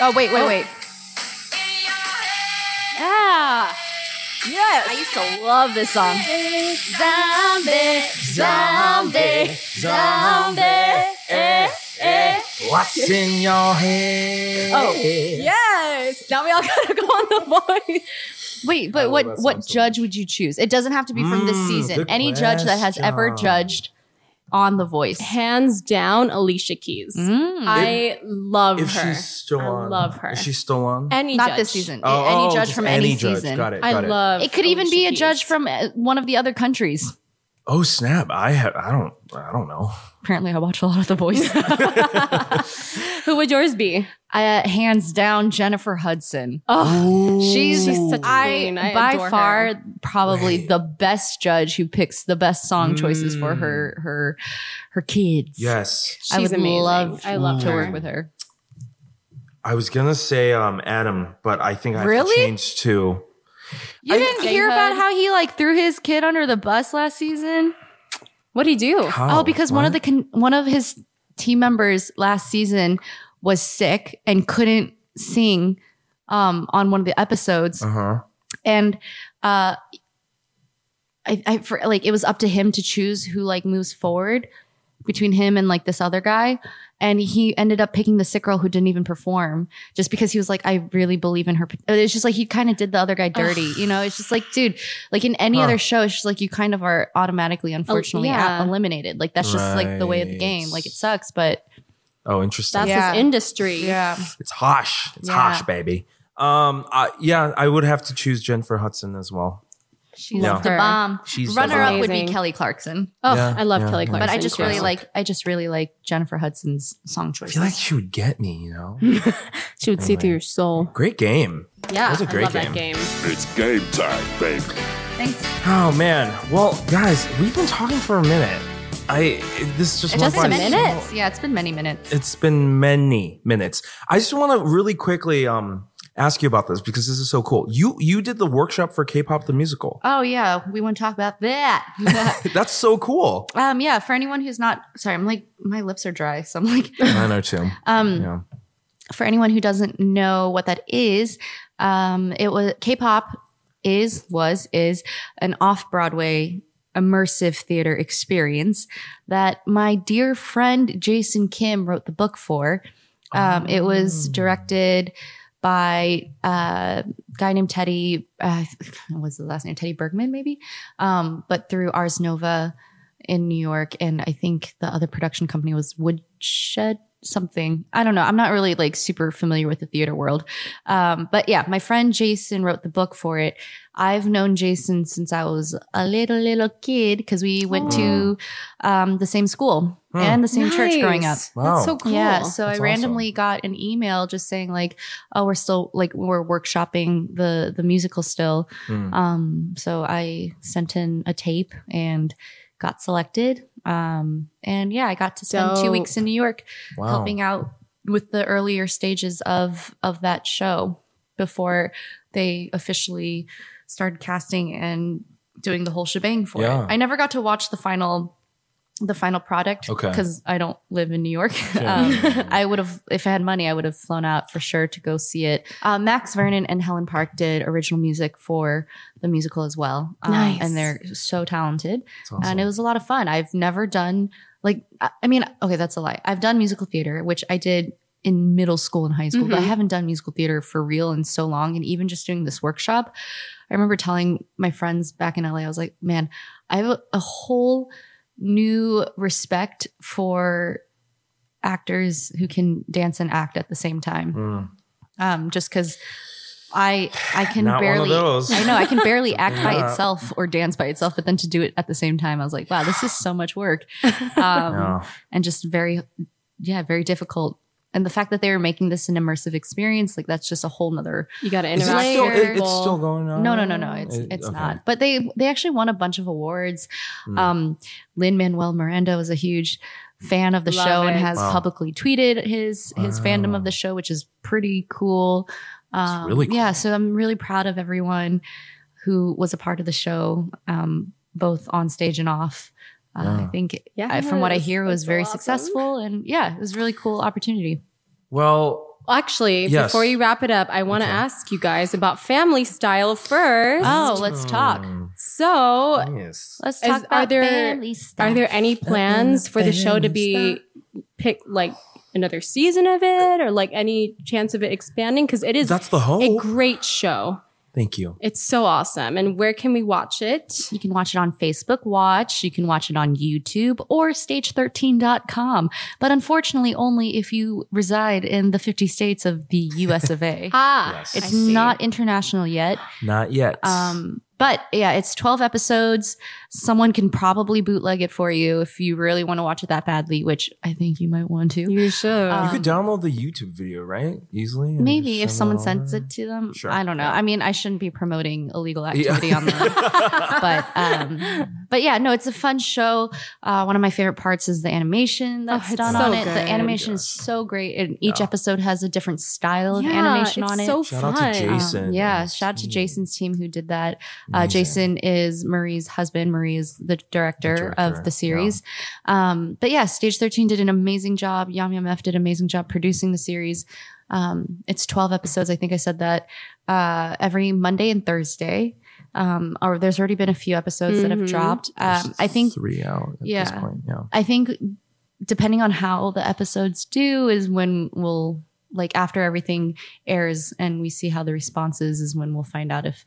Speaker 3: Oh wait, wait, wait.
Speaker 2: Yeah. Yes. I used to love this song. Zombie, zombie, zombie. eh,
Speaker 1: What's in your head?
Speaker 2: Oh, yes. Now we all [laughs] gotta go on the voice.
Speaker 3: Wait,
Speaker 1: I
Speaker 3: but
Speaker 1: love
Speaker 3: what
Speaker 1: Oh, that song
Speaker 3: what
Speaker 1: so
Speaker 3: judge would you choose? It doesn't have to be from this
Speaker 1: Mm,
Speaker 3: season.
Speaker 1: good
Speaker 3: Any judge that has ever
Speaker 1: question.
Speaker 3: judged on The Voice.
Speaker 2: Hands down, Alicia Keys.
Speaker 3: Mm.
Speaker 2: I love
Speaker 1: If
Speaker 2: her.
Speaker 1: she's still
Speaker 2: I
Speaker 1: on,
Speaker 2: love her.
Speaker 1: Is she still on?
Speaker 2: Any
Speaker 3: Not
Speaker 2: judge.
Speaker 3: this season.
Speaker 1: Oh,
Speaker 3: any
Speaker 1: oh,
Speaker 3: judge
Speaker 1: just
Speaker 3: from any,
Speaker 1: judge.
Speaker 3: season.
Speaker 1: Got it.
Speaker 2: I
Speaker 1: got it.
Speaker 2: love.
Speaker 3: It could even
Speaker 2: Alicia
Speaker 3: be a
Speaker 2: Keys.
Speaker 3: judge from uh, one of the other countries.
Speaker 1: Oh snap! I have. I don't. I don't know.
Speaker 3: Apparently, I watch a lot of The
Speaker 2: [laughs]
Speaker 3: Voice. [laughs]
Speaker 2: Who would yours be?
Speaker 3: uh, hands down, Jennifer Hudson.
Speaker 1: Oh,
Speaker 2: She's she's such a
Speaker 3: I,
Speaker 2: queen. I
Speaker 3: by
Speaker 2: adore her.
Speaker 3: far probably
Speaker 1: Wait.
Speaker 3: the best judge who picks the best song choices for her
Speaker 1: Hmm.
Speaker 3: her her kids.
Speaker 1: Yes,
Speaker 3: I
Speaker 2: She's
Speaker 3: would
Speaker 2: amazing.
Speaker 3: love
Speaker 2: I love
Speaker 3: to
Speaker 2: her.
Speaker 3: work with her.
Speaker 1: I was gonna say um Adam, but I think I have
Speaker 3: Really?
Speaker 1: to change to.
Speaker 3: You
Speaker 1: I-
Speaker 3: didn't
Speaker 2: They
Speaker 3: hear about
Speaker 2: had-
Speaker 3: how he like threw his kid under the bus last season?
Speaker 2: What do you do?
Speaker 1: How?
Speaker 3: oh, because one of the
Speaker 1: What?
Speaker 3: con- one of his team members last season was sick and couldn't sing um, on one of the episodes,
Speaker 1: Uh-huh.
Speaker 3: and uh, I, I for, like it was up to him to choose who like moves forward between him and like this other guy. And he ended up picking the sick girl who didn't even perform just because he was like, I really believe in her. pot- It's just like he kind of did the other guy dirty. you know, it's just like, dude, like in any
Speaker 1: Huh.
Speaker 3: other show, it's just like you kind of are automatically, unfortunately,
Speaker 2: yeah.
Speaker 3: out- eliminated. Like that's just like the way of the
Speaker 1: Right.
Speaker 3: game. Like it sucks, but
Speaker 1: Oh, interesting.
Speaker 2: That's
Speaker 3: Yeah.
Speaker 2: his industry.
Speaker 1: It's Hosh. It's
Speaker 3: Yeah.
Speaker 1: Hosh, baby. Um, I, yeah, I would have to choose Jennifer Hudson as well.
Speaker 3: she's
Speaker 1: Yeah.
Speaker 3: the bomb.
Speaker 1: She's
Speaker 3: Runner up would be
Speaker 2: amazing.
Speaker 3: Kelly Clarkson,
Speaker 2: Oh,
Speaker 1: Yeah,
Speaker 2: I love
Speaker 1: yeah,
Speaker 2: Kelly
Speaker 1: yeah.
Speaker 2: Clarkson.
Speaker 3: but I just
Speaker 2: too.
Speaker 3: really like, I just really like Jennifer Hudson's song
Speaker 1: I
Speaker 3: choices.
Speaker 1: feel like she would get me. You know, [laughs] Oh
Speaker 2: She would see through your soul.
Speaker 1: great game.
Speaker 2: Yeah,
Speaker 1: was a great
Speaker 2: I love that game.
Speaker 4: It's game time, baby.
Speaker 3: Thanks.
Speaker 1: Oh man. Well, guys, we've been talking for a minute. I this just went
Speaker 3: Just
Speaker 1: by
Speaker 3: a
Speaker 1: so
Speaker 3: minute. Yeah, it's been many minutes.
Speaker 1: It's been many minutes. I just want to really quickly um ask you about this because this is so cool. You you did the workshop for K-pop the musical.
Speaker 3: Oh yeah, we want to talk about that. [laughs]
Speaker 1: That's so cool.
Speaker 3: um, yeah, for anyone who's not sorry, I'm like my lips are dry, so I'm like,
Speaker 1: I know too.
Speaker 3: [laughs] um,
Speaker 1: Yeah.
Speaker 3: for anyone who doesn't know what that is, um, it was K-pop is was is an off-Broadway immersive theater experience that my dear friend Jason Kim wrote the book for. Um, It was directed by uh, a guy named Teddy. Uh, what was the last name? Teddy Bergman, maybe. Um, but through Ars Nova in New York, and I think the other production company was Woodshed something. I don't know. I'm not really like super familiar with the theater world. Um, but yeah, my friend Jason wrote the book for it. I've known Jason since I was a little, little kid because we went to um, the same school
Speaker 1: Hmm.
Speaker 3: and the same church growing up.
Speaker 2: Nice.
Speaker 1: Wow.
Speaker 2: That's so cool.
Speaker 3: Yeah. So
Speaker 1: That's
Speaker 3: I randomly got an email just saying like, oh, we're still like we're workshopping the the musical still.
Speaker 1: Hmm.
Speaker 3: Um, so I sent in a tape and got selected. Um, and yeah, I got to spend two
Speaker 2: Dope.
Speaker 3: weeks in New York
Speaker 1: Wow.
Speaker 3: helping out with the earlier stages of of that show before they officially started casting and doing the whole shebang for
Speaker 1: Yeah.
Speaker 3: it. I never got to watch the final the final product
Speaker 1: Okay.
Speaker 3: because I don't live in New York.
Speaker 1: Yeah.
Speaker 3: Um, I would have, if I had money, I would have flown out for sure to go see it. Uh, Max Vernon and Helen Park did original music for the musical as well. Um,
Speaker 2: Nice.
Speaker 3: And they're so talented
Speaker 1: That's awesome.
Speaker 3: and it was a lot of fun. I've never done like I I mean, okay, that's a lie. I've done musical theater, which I did in middle school and high school, but I
Speaker 2: Mhm.
Speaker 1: Mm-hmm.
Speaker 3: haven't done musical theater for real in so long. And even just doing this workshop, I remember telling my friends back in LA, I was like, man, I have a, a whole new respect for actors who can dance and act at the same time
Speaker 1: Hmm.
Speaker 3: um, just because I I can
Speaker 1: Not one of
Speaker 3: barely
Speaker 1: those.
Speaker 3: I know I can barely act by
Speaker 1: Yeah.
Speaker 3: itself or dance by itself, but then to do it at the same time, I was like, wow, this is so
Speaker 1: [laughs]
Speaker 3: much work, um,
Speaker 1: [laughs] Yeah.
Speaker 3: and just very yeah, very difficult. And the fact that they were making this an immersive experience, like that's just a whole nother.
Speaker 2: You got to
Speaker 1: Is it
Speaker 2: interact.
Speaker 3: Interactive.
Speaker 1: still,
Speaker 2: with
Speaker 1: it- it's
Speaker 2: people.
Speaker 1: still going on?
Speaker 3: No, no, no, no. It's
Speaker 1: It-
Speaker 3: it's
Speaker 1: Uh, okay.
Speaker 3: not. But they they actually won a bunch of awards.
Speaker 2: Mm.
Speaker 1: Hmm.
Speaker 3: Um, Lin Manuel Miranda was a huge fan of the
Speaker 2: Love
Speaker 3: show and
Speaker 2: it.
Speaker 3: has
Speaker 1: Wow.
Speaker 3: publicly tweeted his his
Speaker 1: Wow.
Speaker 3: fandom of the show, which is pretty cool. Um,
Speaker 1: really cool.
Speaker 3: Yeah, so I'm really proud of everyone who was a part of the show, um, both on stage and off. Uh, I
Speaker 1: Yeah.
Speaker 3: think,
Speaker 2: Yes,
Speaker 3: I- from what I hear, it was
Speaker 2: that's
Speaker 3: very
Speaker 2: awesome.
Speaker 3: successful, and yeah, it was a really cool opportunity.
Speaker 1: Well,
Speaker 2: Actually,
Speaker 1: Yes.
Speaker 2: before you wrap it up, I want to
Speaker 1: Okay.
Speaker 2: ask you guys about family style first.
Speaker 3: Oh, let's talk.
Speaker 1: hmm,
Speaker 2: So,
Speaker 1: Yes.
Speaker 3: Let's
Speaker 2: Is-
Speaker 3: talk
Speaker 2: are
Speaker 3: about
Speaker 2: there-
Speaker 3: family stuff.
Speaker 2: are there any plans for the show to be picked like another season of it or like any chance of it expanding? Because it is
Speaker 1: That's the hope.
Speaker 2: a great show.
Speaker 1: Thank you.
Speaker 2: It's so awesome. And where can we watch it?
Speaker 3: You can watch it on Facebook Watch, you can watch it on YouTube or stage13.com. But unfortunately, only if you reside in the 50 states of the US of A.
Speaker 2: [laughs] Ah,
Speaker 1: Yes.
Speaker 3: it's
Speaker 2: I see.
Speaker 3: not international yet.
Speaker 1: Not yet.
Speaker 3: Um, but yeah, it's 12 episodes. Someone can probably bootleg it for you if you really want to watch it that badly, which I think you might want to.
Speaker 2: You should.
Speaker 1: you
Speaker 3: Um,
Speaker 1: could download the YouTube video, right? Easily. and
Speaker 3: Maybe
Speaker 1: just
Speaker 3: if
Speaker 1: send
Speaker 3: someone sends
Speaker 1: over.
Speaker 3: it to them.
Speaker 1: Sure.
Speaker 3: I don't know.
Speaker 1: Yeah.
Speaker 3: I mean, I shouldn't be promoting illegal
Speaker 1: Yeah. [laughs]
Speaker 3: activity on the Uh, but um, but yeah, no, it's a fun show. Uh, one of my favorite parts is the animation that's
Speaker 2: Oh, it's
Speaker 3: done
Speaker 2: so
Speaker 3: on it. The
Speaker 2: good.
Speaker 3: animation is so great, and each
Speaker 1: Yeah.
Speaker 3: episode has a different style of
Speaker 2: Yeah,
Speaker 3: animation
Speaker 2: it's
Speaker 3: on it.
Speaker 2: So
Speaker 1: Shout
Speaker 2: fun.
Speaker 1: out to Jason.
Speaker 3: Um, yeah,
Speaker 1: and
Speaker 3: shout out to
Speaker 1: Steve.
Speaker 3: Jason's team who did that. Uh,
Speaker 1: Amazing.
Speaker 3: Jason is Marie's husband. Marie is the director,
Speaker 1: director,
Speaker 3: of the series. Um, but yeah, Stage 13 did an amazing job. Yum Yum F did an amazing job producing the series. Um, it's 12 episodes. I think I said that uh, every Monday and Thursday. Um, or there's already been a few episodes that have
Speaker 2: Mhm.
Speaker 3: dropped. Um,
Speaker 1: There's
Speaker 3: I think
Speaker 1: three out at this
Speaker 3: yeah.
Speaker 1: point. Yeah.
Speaker 3: I think depending on how the episodes do is when we'll like after everything airs and we see how the response is is when we'll find out if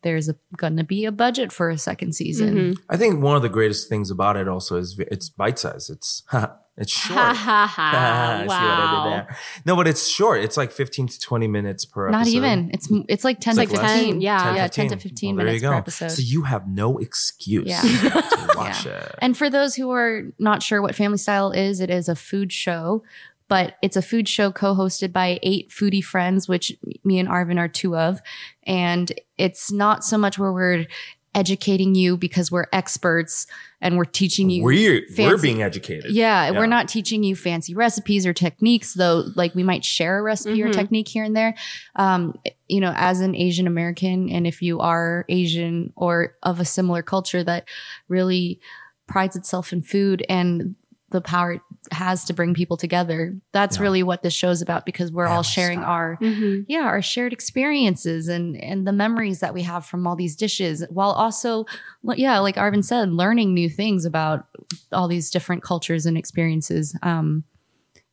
Speaker 3: there's a, gonna be a budget for a second season.
Speaker 2: Mhm.
Speaker 1: I think one of the greatest things about it also is v- it's bite size. It's [laughs]
Speaker 3: [laughs]
Speaker 1: it's
Speaker 2: [laughs] Ha
Speaker 1: short.
Speaker 2: ha ha.
Speaker 1: [laughs] See what I did
Speaker 2: wow.
Speaker 1: there? No, but it's short. It's like 15 to 20 minutes per
Speaker 3: Not
Speaker 1: episode.
Speaker 3: even. It's it's like ten
Speaker 1: It's
Speaker 3: to
Speaker 1: like less.
Speaker 3: fifteen.
Speaker 2: 10, yeah.
Speaker 1: 10,
Speaker 3: yeah, ten to fifteen
Speaker 1: Well, there
Speaker 3: minutes
Speaker 1: you
Speaker 3: per
Speaker 1: go.
Speaker 3: episode.
Speaker 1: So you have no excuse
Speaker 3: Yeah.
Speaker 1: [laughs] to watch it.
Speaker 3: And for those who are not sure what Family Style is, it is a food show, but it's a food show co hosted by eight foodie friends, which me and Arvin are two of. And it's not so much where we're educating you because we're experts and we're teaching you.
Speaker 1: we're, we're
Speaker 3: fancy-
Speaker 1: being educated.
Speaker 3: yeah,
Speaker 1: Yeah.
Speaker 3: we're not teaching you fancy recipes or techniques, though, like we might share a recipe or
Speaker 2: Mhm.
Speaker 3: technique here and there. Um, you know, as an Asian American, and if you are Asian or of a similar culture that really prides itself in food and the power it has to bring people together, that's
Speaker 1: Yeah.
Speaker 3: really what this show's about because we're all
Speaker 1: Family
Speaker 3: sharing
Speaker 1: style.
Speaker 3: our
Speaker 2: Mhm.
Speaker 3: yeah our shared experiences and and the memories that we have from all these dishes while also l- yeah like arvin said learning new things about all these different cultures and experiences um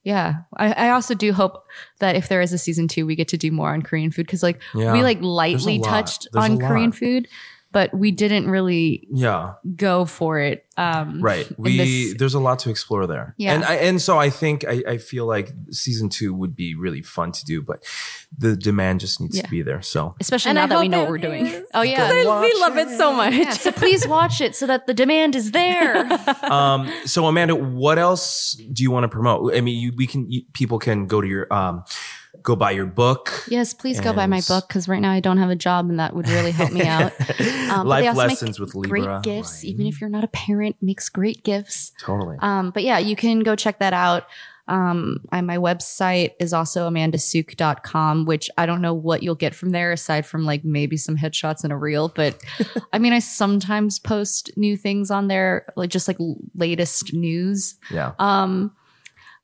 Speaker 3: yeah I, I also do hope that if there is a season two we get to do more on korean food because like
Speaker 1: Yeah.
Speaker 3: we like
Speaker 1: There's a
Speaker 3: lightly
Speaker 1: lot.
Speaker 3: touched
Speaker 1: There's a
Speaker 3: on
Speaker 1: lot.
Speaker 3: korean food but we didn't really
Speaker 1: Yeah.
Speaker 3: go for it. Um,
Speaker 1: Right.
Speaker 3: [laughs] in
Speaker 1: We
Speaker 3: this-
Speaker 1: there's a lot to explore there.
Speaker 3: Yeah.
Speaker 1: And I, and so I think I, I feel like season two would be really fun to do, but the demand just needs
Speaker 3: Yeah.
Speaker 1: to be there. So
Speaker 3: especially
Speaker 2: And
Speaker 3: now
Speaker 2: I
Speaker 3: that we
Speaker 2: hope
Speaker 3: know
Speaker 2: it
Speaker 3: what we're doing.
Speaker 2: is.
Speaker 3: Oh
Speaker 2: [laughs]
Speaker 3: yeah.
Speaker 2: I- we love it so much.
Speaker 3: Yeah, so please watch it so that the demand
Speaker 2: [laughs]
Speaker 3: is there.
Speaker 1: um so Amanda, what else do you want to promote? I mean, you, we can you, people can go to your um go buy your book.
Speaker 3: yes, please go buy my
Speaker 1: And-
Speaker 3: book because right now I don't have a job and that would really
Speaker 1: [laughs]
Speaker 3: help me out. Um, but
Speaker 1: Life
Speaker 3: they also make
Speaker 1: lessons with Libra. mm.
Speaker 3: Great gifts,
Speaker 1: Right.
Speaker 3: even if you're not a parent, makes great gifts.
Speaker 1: totally.
Speaker 3: Um, but yeah, you can go check that out. Um, I, my website is also amandasuk.com, which I don't know what you'll get from there aside from like maybe some headshots and a reel.
Speaker 1: [laughs]
Speaker 3: But I mean, I sometimes post new things on there, like just like l- latest news.
Speaker 1: yeah.
Speaker 3: Um,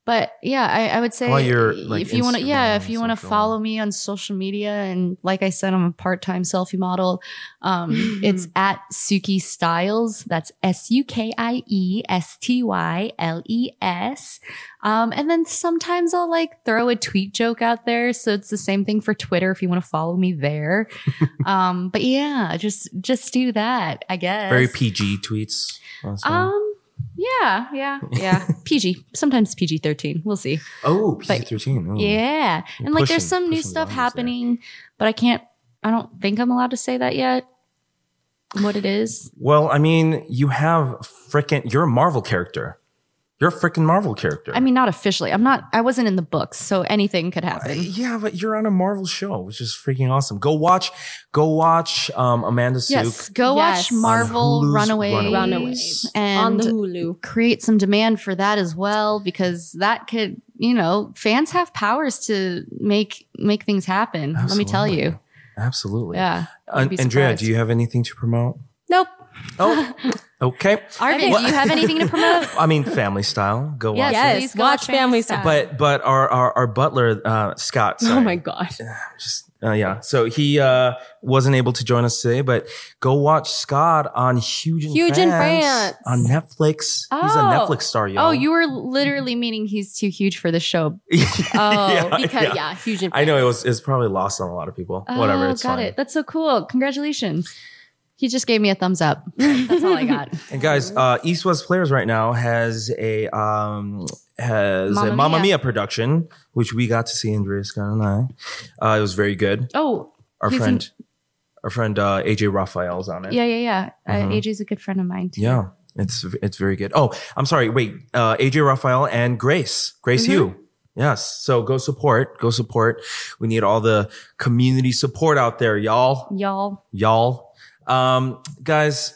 Speaker 3: but yeah, I, I would say
Speaker 1: All your, like,
Speaker 3: if you want to, yeah,
Speaker 1: Instagram
Speaker 3: if you want to
Speaker 1: social.
Speaker 3: follow me on social media, and like I said, I'm a part-time selfie model.
Speaker 1: [laughs]
Speaker 3: Um, it's at Suki Styles. That's S U K I E S T Y L E S. Um, and then sometimes I'll like throw a tweet joke out there. So it's the same thing for Twitter. If you want to follow
Speaker 1: [laughs]
Speaker 3: me there, um, but yeah, just just do that. I guess
Speaker 1: Very PG tweets. also.
Speaker 3: um. Yeah, yeah,
Speaker 1: [laughs]
Speaker 3: yeah. PG, sometimes PG 13. We'll see.
Speaker 1: oh,
Speaker 3: but-
Speaker 1: PG thirteen.
Speaker 3: Yeah.
Speaker 1: You're
Speaker 3: and like there's
Speaker 1: pushing-
Speaker 3: some new
Speaker 1: pushing the boundaries
Speaker 3: stuff
Speaker 1: there.
Speaker 3: happening, but I can't, I don't think I'm allowed to say that yet. What it is.
Speaker 1: Well, I mean, you have frickin' you're a Marvel character. You're a frickin' Marvel character.
Speaker 3: I mean, not officially. I'm not, I wasn't in the books, so anything could
Speaker 1: Uh,
Speaker 3: happen.
Speaker 1: yeah, but you're on a Marvel show, which is freaking awesome. Go watch, go watch um, Amanda Suk.
Speaker 3: Yes. Go
Speaker 2: Yes.
Speaker 3: watch Marvel
Speaker 1: On Hulu's
Speaker 3: Runaways,
Speaker 1: Runaways.
Speaker 2: Runaways. [laughs] on
Speaker 3: and
Speaker 2: the Hulu.
Speaker 3: create some demand for that as well, because that could, you know, fans have powers to make, make things happen. Let me tell
Speaker 1: Absolutely.
Speaker 3: you.
Speaker 1: Absolutely.
Speaker 3: Yeah.
Speaker 1: An-
Speaker 3: be
Speaker 1: Andrea,
Speaker 3: surprised.
Speaker 1: do you have anything to promote?
Speaker 2: Nope.
Speaker 3: [laughs]
Speaker 1: Oh, okay.
Speaker 3: Arvin,
Speaker 1: What-
Speaker 3: do you have anything to promote?
Speaker 1: [laughs] I mean, family style. Go watch. it.
Speaker 3: Yes. please
Speaker 2: Yes.
Speaker 3: go
Speaker 2: Watch
Speaker 3: watch Family
Speaker 2: Family
Speaker 3: Style.
Speaker 2: Style.
Speaker 1: But but our our, our butler uh, Scott. Sorry.
Speaker 2: Oh my gosh.
Speaker 1: just uh, yeah. So he uh, wasn't able to join us today, but go watch Scott on Huge in
Speaker 2: Huge in France.
Speaker 1: on Netflix. He's a
Speaker 3: Oh.
Speaker 1: Netflix star, yo.
Speaker 3: Oh,
Speaker 1: [laughs]
Speaker 3: you were literally meaning he's too huge for the
Speaker 2: Oh,
Speaker 3: show.
Speaker 1: Yeah,
Speaker 2: because
Speaker 1: yeah.
Speaker 2: yeah, huge influence.
Speaker 1: I know it was it's probably lost on a lot of people. Whatever,
Speaker 3: Oh,
Speaker 1: it's
Speaker 3: got
Speaker 1: fine.
Speaker 3: it. That's so cool. Congratulations. He just gave me a
Speaker 1: [laughs]
Speaker 3: thumbs up. That's all I got.
Speaker 1: And guys, uh, East West Players right now has a um, has
Speaker 3: Mamma
Speaker 1: a Mamma
Speaker 3: Mia.
Speaker 1: Mia. production, which we got to see Andrea Scott and I. Uh, it was very good. [laughs]
Speaker 3: Oh,
Speaker 1: Our
Speaker 3: He's in-
Speaker 1: friend, our friend uh, AJ Raphael's on it.
Speaker 3: yeah, yeah, yeah.
Speaker 1: Mhm.
Speaker 3: Uh, AJ's a good friend of mine too.
Speaker 1: Yeah, it's it's very good. Oh, I'm sorry. Wait, uh, AJ Raphael and Grace, Grace
Speaker 3: Mm-hmm.
Speaker 1: Hugh. Yes. So go support, go support. We need all the community support out there, y'all,
Speaker 3: Y'all,
Speaker 1: y'all. Um, guys,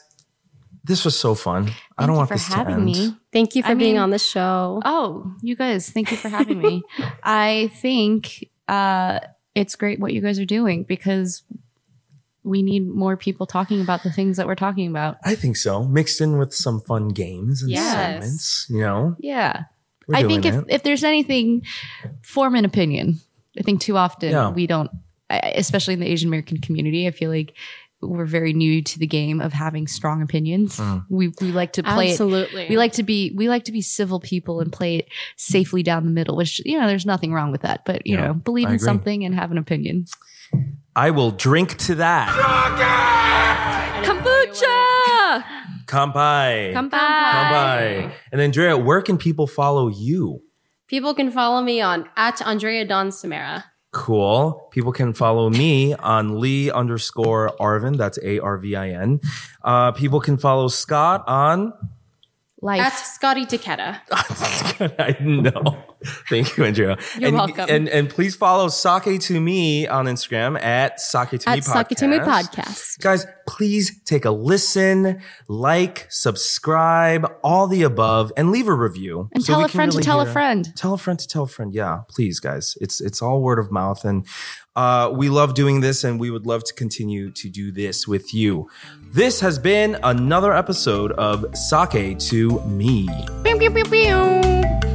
Speaker 1: this was so fun. I
Speaker 3: thank
Speaker 1: don't
Speaker 3: you
Speaker 1: want
Speaker 3: for
Speaker 1: this to
Speaker 3: having
Speaker 1: end.
Speaker 3: me.
Speaker 2: Thank you for
Speaker 3: I
Speaker 2: being
Speaker 3: mean-
Speaker 2: on the show.
Speaker 3: Oh, you guys, thank you for having
Speaker 1: [laughs]
Speaker 3: me. I think uh, it's great what you guys are doing because we need more people talking about the things that we're talking about.
Speaker 1: I think so. Mixed in with some fun games and
Speaker 3: Yes.
Speaker 1: segments. You know,
Speaker 3: Yeah.
Speaker 1: we're
Speaker 3: I
Speaker 1: doing
Speaker 3: think if,
Speaker 1: it.
Speaker 3: if there's anything, form an opinion. I think too often
Speaker 1: Yeah.
Speaker 3: we don't, I- especially in the Asian American community, I feel like we're very new to the game of having strong opinions.
Speaker 1: Mm.
Speaker 3: We, we like to play it.
Speaker 2: Absolutely.
Speaker 3: We like to be we like to be civil people and play it safely down the middle, which you know, there's nothing wrong with that. But you
Speaker 1: Yeah,
Speaker 3: know, believe
Speaker 1: I
Speaker 3: in
Speaker 1: agree.
Speaker 3: something and have an opinion.
Speaker 1: I will drink to that.
Speaker 3: Kombucha!
Speaker 1: Kampai.
Speaker 2: come
Speaker 3: Kampai.
Speaker 2: by.
Speaker 1: Kampai. And Andrea, where can people follow you?
Speaker 2: People can follow me on at Andrea Don Samara.
Speaker 1: Cool. People can follow me on Lee underscore Arvin. That's A R V I N. Uh, people can follow Scott on. [laughs]
Speaker 3: Life.
Speaker 2: At Scotty Takeda.
Speaker 1: I didn't know. Thank you, Andrea.
Speaker 2: You're
Speaker 1: and,
Speaker 2: welcome.
Speaker 1: And and please follow Sake to Me on Instagram at Sake to Me
Speaker 2: At
Speaker 1: Podcast.
Speaker 2: Sakatumi Podcast.
Speaker 1: Guys, please take a listen, like, subscribe, all the above, and leave a review.
Speaker 3: and
Speaker 1: so
Speaker 3: tell
Speaker 1: we
Speaker 3: a
Speaker 1: can
Speaker 3: friend
Speaker 1: really
Speaker 3: to tell a
Speaker 1: hear-
Speaker 3: friend.
Speaker 1: tell a friend to tell a friend yeah please guys it's it's all word of mouth and uh, we love doing this and we would love to continue to do this with you this has been another episode of sake to me
Speaker 2: Pew, pew, pew, pew.